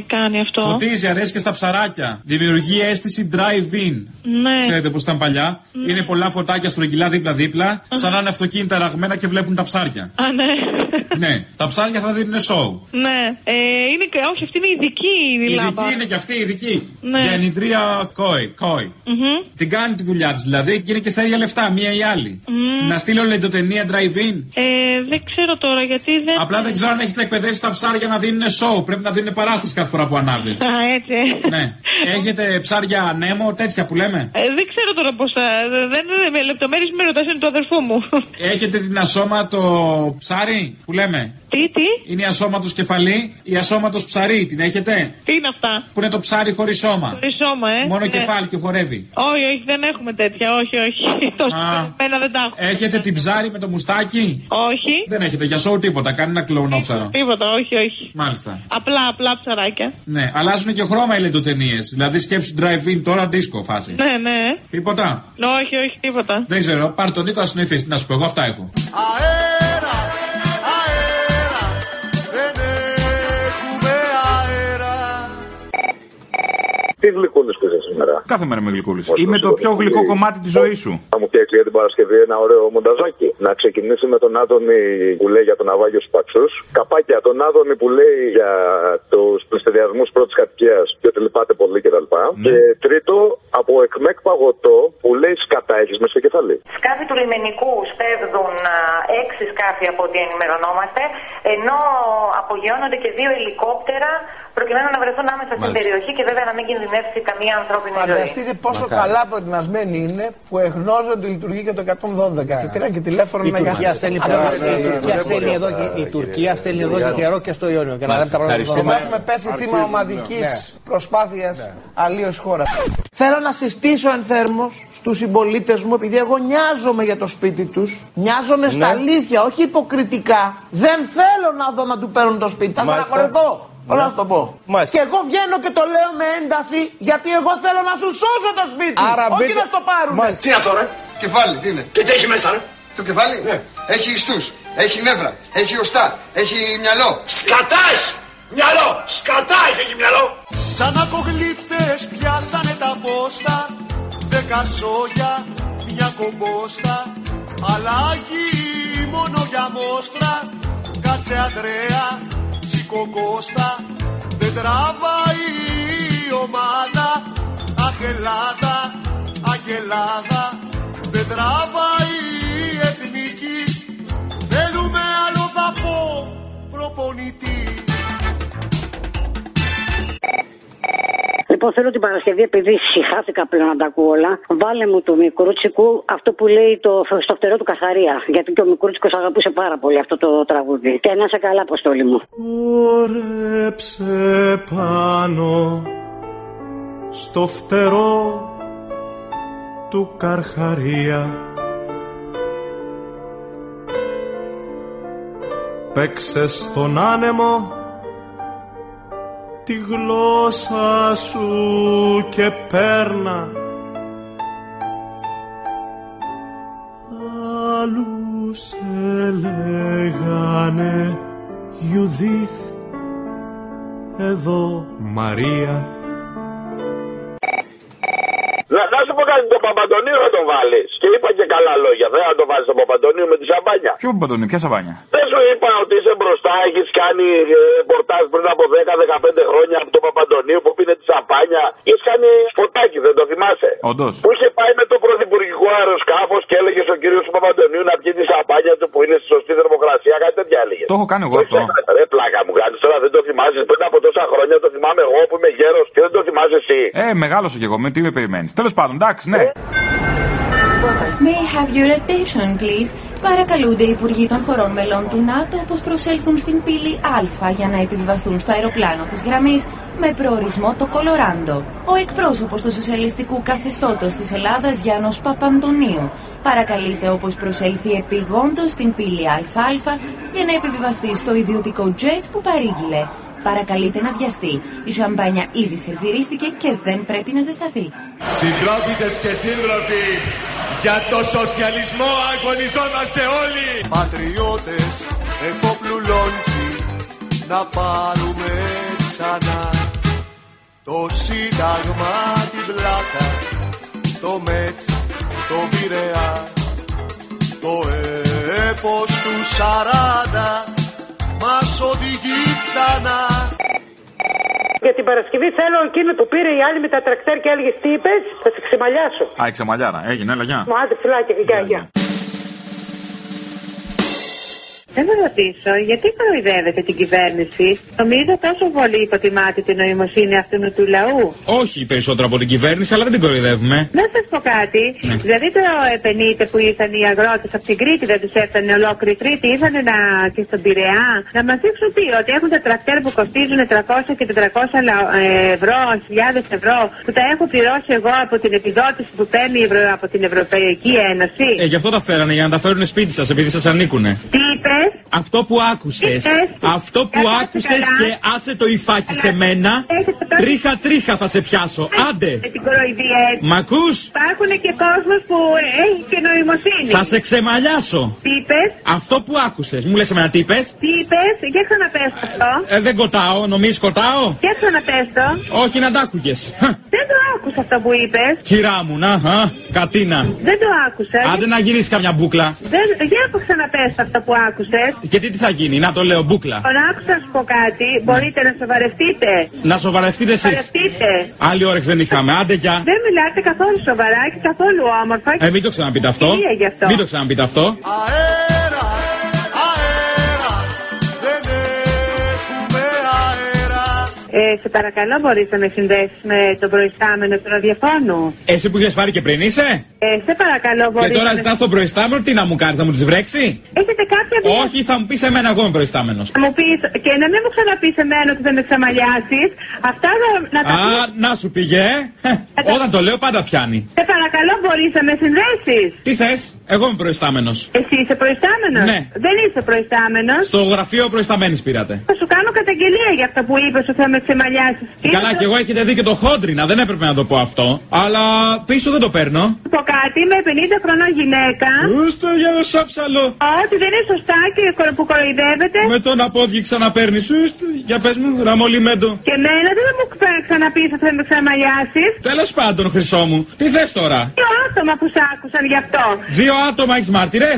Speaker 37: κάνει αυτό. Φωτίζει, αρέσει και στα ψαράκια. Δημιουργεί αίσθηση drive-in. Ναι. Ξέρετε πώς ήταν παλιά. Ναι. Είναι πολλά φωτάκια στρογγυλά δίπλα-δίπλα, σαν να είναι αυτοκίνητα ραγμένα και βλέπουν τα ψάρια. Α, ναι. ναι, τα ψάρια θα δίνουν show. ναι. Ε, είναι, και- όχι, αυτή είναι η ειδική η λάμπα. Ειδική είναι και αυτή, ειδική. Ναι. Για ενιδρία κόη, κόη. Μμμ. Την κάνει τη δουλειά της δηλαδή και είναι και στα ίδια λεφτά, μία ή άλλη. Μμμ. Να στείλω λεντοτενία drive-in. Ε, δεν ξέρω τώρα γιατί δεν. Απλά δεν ξέρω αν έχετε εκπαιδεύσει τα ψάρια να δίνουν show. Πρέπει να δίνουν παράσταση κάθε φορά που ανάβει. Α, έτσι. ε. ναι. Έχετε ψάρια ανέμο, τέτοια που λέμε. Ε, δεν ξέρω τώρα πώς θα. Δεν, δεν- με λεπτομέρειες με ρωτάς, είναι του αδερφού μου. Έχετε την ασώματο ψάρι που λέμε. Τι, τι. Είναι η ασώματος κεφαλή, η ασώματος ψαρί. Την έχετε. Τι είναι αυτά. Που είναι το ψάρι χωρίς σώμα. Χωρίς σώμα, ε. Μόνο Ναι. κεφάλι και χορεύει. Όχι, όχι, δεν έχουμε τέτοια. Όχι, όχι. Το μένα δεν τα έχω. Έχετε την ψάρι με το μουστάκι. Όχι. Ε, Δεν έχετε για σοου τίποτα. Κάνει ένα κλωονόψαρο. Τίποτα, όχι, όχι. Μάλιστα. Απλά, απλά ψαράκια. Ναι, αλλάζουν και χρώμα οι λεντοτενίε. Δηλαδή σκέψου drive-in τώρα disco φάση. Ναι, ναι. Τίποτα. Όχι, όχι, τίποτα. Δεν ξέρω, πάρε τον Νίκο να συνηθίσει. Τι Να σου πω, εγώ αυτά έχω.
Speaker 31: Αέρα, αέρα, δεν έχουμε αέρα.
Speaker 6: Τι γλυκούλε κουζέ σήμερα.
Speaker 3: Κάθε μέρα με γλυκούλη.
Speaker 6: Όπως
Speaker 3: Είμαι το πιο γλυκό
Speaker 6: λέει.
Speaker 3: κομμάτι της ζωής σου.
Speaker 6: Θα μου φτιάξει για την Παρασκευή ένα ωραίο μονταζάκι. Να ξεκινήσει με τον Άδωνη που λέει για το ναυάγιο στου παξούς. Καπάκια, τον Άδωνη που λέει για τους πληστηριασμούς πρώτης κατοικίας και ότι λυπάται πολύ κτλ.
Speaker 3: Ναι.
Speaker 6: Και τρίτο, από εκμεκ παγωτό που λέει σκατά έχεις μέσα στο κεφάλι.
Speaker 20: Σκάφη του λιμενικού σπέβδουν α, έξι σκάφη από ό,τι ενημερωνόμαστε, ενώ απογειώνονται και δύο ελικόπτερα προκειμένου να βρεθούν άμεσα στην
Speaker 15: Μάλιστα.
Speaker 20: περιοχή και βέβαια να μην κινδυνεύσει καμία ανθρώπινη
Speaker 15: Φανταστείτε
Speaker 20: ζωή.
Speaker 15: πόσο
Speaker 13: Μακάρι.
Speaker 15: καλά προετοιμασμένοι είναι που εγνώριζαν ότι λειτουργεί και το 112. Και πήραν και τηλέφωνο
Speaker 13: Η
Speaker 15: να
Speaker 13: Τουρκία
Speaker 15: κάνουν.
Speaker 13: στέλνει,
Speaker 15: Αλλά
Speaker 13: πράγματα-
Speaker 15: δεν
Speaker 13: η
Speaker 15: είναι-
Speaker 13: Τουρκία
Speaker 15: δεν
Speaker 13: στέλνει
Speaker 15: μπορεί
Speaker 13: εδώ
Speaker 15: αυτά,
Speaker 13: και η
Speaker 15: κύριε
Speaker 13: Τουρκία στέλνει εδώ και
Speaker 15: Γεωργιάδου.
Speaker 13: καιρό και στο Ιόνιο για να λάβει τα πράγματα.
Speaker 15: Ευχαριστούμε.
Speaker 13: που
Speaker 15: Έχουμε πέσει θύμα ομαδικής
Speaker 13: Ναι.
Speaker 15: προσπάθειας αλλίως χώρας. Θέλω να συστήσω εν θέρμος στους συμπολίτες μου, επειδή εγώ νοιάζομαι για το σπίτι τους, νοιάζομαι στα
Speaker 13: Ναι.
Speaker 15: αλήθεια, όχι υποκριτικά. Δεν θέλω να δω να του παίρνουν το σπίτι. Θα
Speaker 13: Μάλιστα.
Speaker 15: στεναχωρεθώ.
Speaker 13: Ναι.
Speaker 15: Όλα να σου το πω. Και εγώ βγαίνω και το λέω με ένταση, γιατί εγώ θέλω να σου σώσω το σπίτι.
Speaker 13: Άρα
Speaker 15: όχι
Speaker 13: μπείτε-
Speaker 15: να στο πάρουν.
Speaker 13: Μάλιστα.
Speaker 12: Τι είναι αυτό, ρε? Ε, Κεφάλι, τι είναι. Και τι έχει μέσα, ρε? Το κεφάλι, ναι. Έχει ιστούς, έχει νεύρα, έχει οστά, έχει μυαλό. Σκατάς! Μυαλό! Σκατάς έχει μυαλό!
Speaker 31: Σαν ακογλύφτες πιάσανε τα πόστα Δέκα σόγια, μια κομπόστα Αλλάγει μόνο για μόστρα Κάτσε Αντρέα, σήκω Κώστα Δεν τραβάει η ομάδα Αγελάδα, αγελάδα Δεν τραβάει η εθνική Θέλουμε άλλο θα πω προπονητή
Speaker 27: Λοιπόν, θέλω την Παρασκευή, επειδή συχάθηκα πλέον να τα ακούω όλα, βάλε μου του Μικρούτσικου αυτό που λέει το, στο φτερό του Καθαρία. Γιατί και ο Μικρούτσικος αγαπούσε πάρα πολύ αυτό το τραγούδι. Και να σε καλά, Αποστόλη μου.
Speaker 26: Ωρέψε πάνω στο φτερό του Καρχαρία Παίξε στον άνεμο τη γλώσσα σου και πέρνα Άλλους έλεγανε Ιουδίθ εδώ Μαρία
Speaker 11: Να, να σου πω κάτι, τον Παπαντονίου να τον βάλεις. Και είπα και καλά λόγια. Δεν θα τον βάλει τον Παπαντονίου με τη σαμπάνια.
Speaker 22: Ποιο μπαντονί, ποια σαβάνια.
Speaker 11: Δεν σου είπα ότι είσαι μπροστά, έχεις κάνει ε, ρεπορτάζ πριν από 10-15 χρόνια από τον Παπαντονίου που πίνε τη σαμπάνια. Είχε κάνει φωτάκι, δεν το θυμάσαι.
Speaker 22: Όντως.
Speaker 11: Που είχε πάει με το πρωθυπουργικό αεροσκάφος και έλεγε στον κύριο του Παπαντονίου να πιει τη σαμπάνια του που είναι στη σωστή θερμοκρασία, κάτι τέτοια έλεγε.
Speaker 22: Το έχω κάνει εγώ αυτό.
Speaker 11: Ρε πλάκα μου κάνεις τώρα, δεν το θυμάσαι πριν από τόσα χρόνια, το θυμάμαι εγώ που είμαι γέρος και δεν το θυμάσαι εσύ.
Speaker 22: Ε, μεγάλωσα κι εγώ, με τι με περιμένεις. Τέλος πάντων, εντάξει,
Speaker 6: Ε.
Speaker 22: ναι.
Speaker 38: May I have your attention, please. Παρακαλούνται οι υπουργοί των χωρών μελών του ΝΑΤΟ πως προσέλθουν στην πύλη Α για να επιβιβαστούν στο αεροπλάνο της γραμμής με προορισμό το Κολοράντο. Ο εκπρόσωπος του σοσιαλιστικού καθεστώτος της Ελλάδας Γιάννος Παπαντονίου παρακαλείται όπως προσέλθει επιγόντως στην πύλη ΑΑ για να επιβιβαστεί στο ιδιωτικό τζετ που παρήγγειλε. Παρακαλείται να βιαστεί. Η σαμπάνια ήδη σερβιρίστηκε και δεν πρέπει να ζεσταθεί.
Speaker 31: Συντρόφισσες και σύντροφοι, για το σοσιαλισμό αγωνιζόμαστε όλοι. Πατριώτες, εφόπλου λόγκι, να πάρουμε ξανά το σύνταγμα την πλάκα, το ΜΕΤΣ, το Πειραιά, το έπος του 40 μας οδηγεί ξανά
Speaker 3: Για την Παρασκευή θέλω εκείνο που πήρε η άλλη με τα τρακτέρ και έλεγε τι είπες, θα σε ξεμαλιάσω.
Speaker 22: Α, η ξεμαλιάρα. Έγινε, έλα, γεια.
Speaker 3: Μου άντε φυλάκια, γεια, γεια.
Speaker 39: Θέλω να ρωτήσω, γιατί κοροϊδεύετε την κυβέρνηση. Νομίζω τόσο πολύ υποτιμάτε την νοημοσύνη αυτού του λαού.
Speaker 22: Όχι περισσότερο από την κυβέρνηση, αλλά δεν την κοροϊδεύουμε.
Speaker 39: Να σας πω κάτι. Δηλαδή το επενείτε που ήρθαν οι αγρότες από την Κρήτη, δεν τους έφτανε ολόκληρη Κρήτη, ήρθαν να... και στον Πειραιά. Να μας δείξουν τι, ότι έχουν τα τρακτέρ που κοστίζουν 300 και 400 λα- ε, ευρώ, χιλιάδες ευρώ, που τα έχω πληρώσει εγώ από την επιδότηση που παίρνει η Ευρω- από την Ευρωπαϊκή Ένωση.
Speaker 3: Ε, γι' αυτό τα φέρανε, για να τα φέρουν σπίτι σας, επειδή σας ανήκουνε.
Speaker 39: Τι είπες,
Speaker 3: Αυτό που άκουσες, αυτό που άκουσε και άσε το υφάκι σε μένα, τρίχα τρίχα θα σε πιάσω. Άντε!
Speaker 39: την κοροϊδία έτσι.
Speaker 3: Ναι. Μ' ακούς?
Speaker 39: Υπάρχουν και κόσμος που έχει και νοημοσύνη.
Speaker 3: Θα σε ξεμαλιάσω.
Speaker 39: Τι είπες,
Speaker 3: Αυτό που άκουσες, μου λες εμένα τι είπες?
Speaker 39: τι είπες, για ξαναπες το αυτό.
Speaker 3: Ε, δεν κοτάω, νομίζεις κοτάω.
Speaker 39: Για ξαναπες το.
Speaker 3: Όχι να τ' άκουγες.
Speaker 39: Δεν το άκουσα αυτό που είπες. Ε,
Speaker 3: Κυρά μου, να, α, κατίνα.
Speaker 39: Δεν το άκουσα.
Speaker 3: Άντε να γυρίσεις καμιά μπουκλα.
Speaker 39: Δεν, για να ξαναπες το αυτό που άκουσες.
Speaker 3: Και τι, τι θα γίνει, να το λέω μπουκλα.
Speaker 39: Τον άκουσα να σου πω κάτι,
Speaker 3: Ναι.
Speaker 39: μπορείτε να σοβαρευτείτε.
Speaker 3: Να σοβαρευτείτε εσείς.
Speaker 39: Σοβαρευτείτε.
Speaker 3: Άλλη όρεξη δεν είχαμε, άντε γεια.
Speaker 39: Δεν μιλάτε καθόλου σοβαρά και καθόλου όμορφα.
Speaker 3: Ε, μην το ξαναπείτε αυτό.
Speaker 39: Κυρία γι' αυτό.
Speaker 3: Μην το ξαναπείτε αυτό.
Speaker 31: Αέρα, αέρα, δεν έχουμε αέρα.
Speaker 39: Ε, σε παρακαλώ, μπορείς να με συνδέσεις με τον προϊστάμενο του ραδιοφώνου.
Speaker 3: Εσύ που είχες πάρει και πριν είσαι.
Speaker 39: Ε, σε παρακαλώ, μπορεί.
Speaker 3: Και τώρα ζητά τον προϊστάμενο, τι να μου κάνεις, θα μου τη βρέξει.
Speaker 39: Έχετε κάποια δουλειά.
Speaker 3: Όχι, θα μου πεις εμένα, εγώ είμαι προϊστάμενος.
Speaker 39: Να μου πεις και να μην μου ξαναπείς εμένα ότι δεν με ξαμαλιάσεις. Αυτά να, να τα
Speaker 3: Α,
Speaker 39: πεις.
Speaker 3: να σου πήγε. ε. Όταν το λέω, πάντα πιάνει.
Speaker 39: Σε παρακαλώ, μπορείς να με συνδέσεις.
Speaker 3: Τι θες, εγώ είμαι προϊστάμενος.
Speaker 39: Εσύ είσαι προϊστάμενος.
Speaker 3: Ναι.
Speaker 39: Δεν είσαι προϊστάμενος.
Speaker 3: Στο γραφείο προϊσταμένης πήρατε.
Speaker 39: Θα σου κάνω καταγγελία για αυτά που είπες ότι θα με ξεμαλιάσεις.
Speaker 3: Και Ε, καλά, κι εγώ έχετε δει και το χόντρινα, δεν έπρεπε να το πω αυτό. Αλλά πίσω δεν το παίρνω.
Speaker 39: πω κάτι, είμαι 50 χρονών γυναίκα.
Speaker 3: Ούστο για το σάψαλο.
Speaker 39: Ότι δεν είναι σωστά και κορο- που κοροϊδεύεται.
Speaker 3: Με τον απόδειξη ξαναπαίρνεις. Ούστο, για πες μου, ραμολιμέντο.
Speaker 39: Και εμένα δεν θα μου ξα- ξαναπείς ότι θα με ξαμαλιάσει.
Speaker 3: Τέλος πάντων, χρυσό μου, τι θες τώρα.
Speaker 39: Δύο άτομα που σ' άκουσαν γι' αυτό.
Speaker 3: Δύο άτομα έχεις μάρτυρες.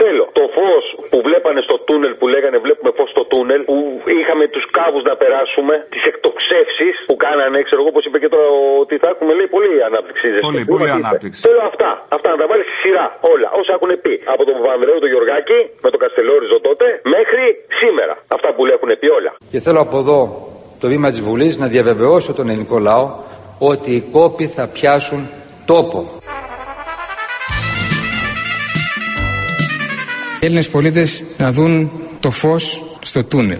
Speaker 12: Θέλω το φως που βλέπανε στο τούνελ που λέγανε Βλέπουμε φως στο τούνελ. Που είχαμε τους κάβους να περάσουμε, τις εκτοξεύσεις που κάνανε. Ξέρω εγώ, όπως είπε και τώρα ο- ότι θα έχουμε λέει πολύ ανάπτυξη. ζεστή.
Speaker 33: Πολύ,
Speaker 12: Δεν
Speaker 33: πολύ
Speaker 12: μας είπε.
Speaker 33: ανάπτυξη.
Speaker 12: Θέλω αυτά, αυτά να τα βάλεις στη σειρά όλα. Όσα έχουν πει από τον Βανδρέο τον Γιωργάκη με τον Καστελόριζο τότε μέχρι σήμερα. Αυτά που έχουν πει όλα.
Speaker 10: Και θέλω από εδώ το βήμα της Βουλής να διαβεβαιώσω τον ελληνικό λαό ότι οι κόποι θα πιάσουν τόπο.
Speaker 35: Οι Έλληνες πολίτες να δουν το φως στο τούνελ.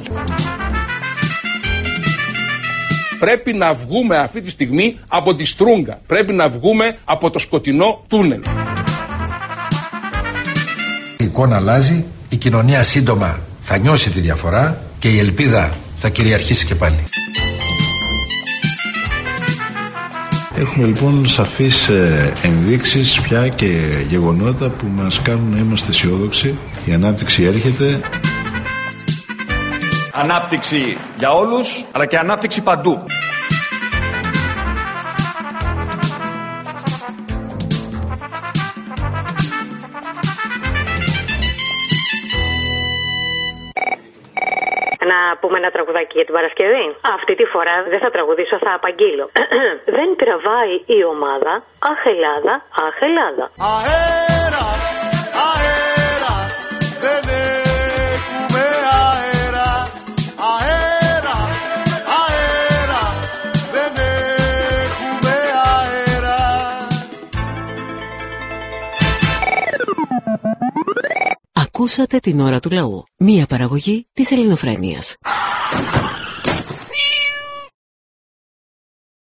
Speaker 40: Πρέπει να βγούμε αυτή τη στιγμή από τη στρούγκα. Πρέπει να βγούμε από το σκοτεινό τούνελ.
Speaker 41: Η εικόνα αλλάζει, η κοινωνία σύντομα θα νιώσει τη διαφορά και η ελπίδα θα κυριαρχήσει και πάλι.
Speaker 35: Έχουμε λοιπόν σαφείς ε, ενδείξεις πια και γεγονότα που μας κάνουν να είμαστε αισιόδοξοι. Η ανάπτυξη έρχεται.
Speaker 41: Ανάπτυξη για όλους, αλλά και ανάπτυξη παντού.
Speaker 27: Να πούμε ένα τραγουδάκι για την Παρασκευή. Αυτή τη φορά δεν θα τραγουδήσω, θα απαγγείλω. δεν τραβάει η ομάδα. Αχ, Ελλάδα, αχ, Ελλάδα.
Speaker 31: Αέρα, αέρα, δεν έχουμε αέρα. Αέρα, αέρα, δεν έχουμε αέρα.
Speaker 32: Ακούσατε την ώρα του λαού. Μία παραγωγή της ελληνοφρένειας.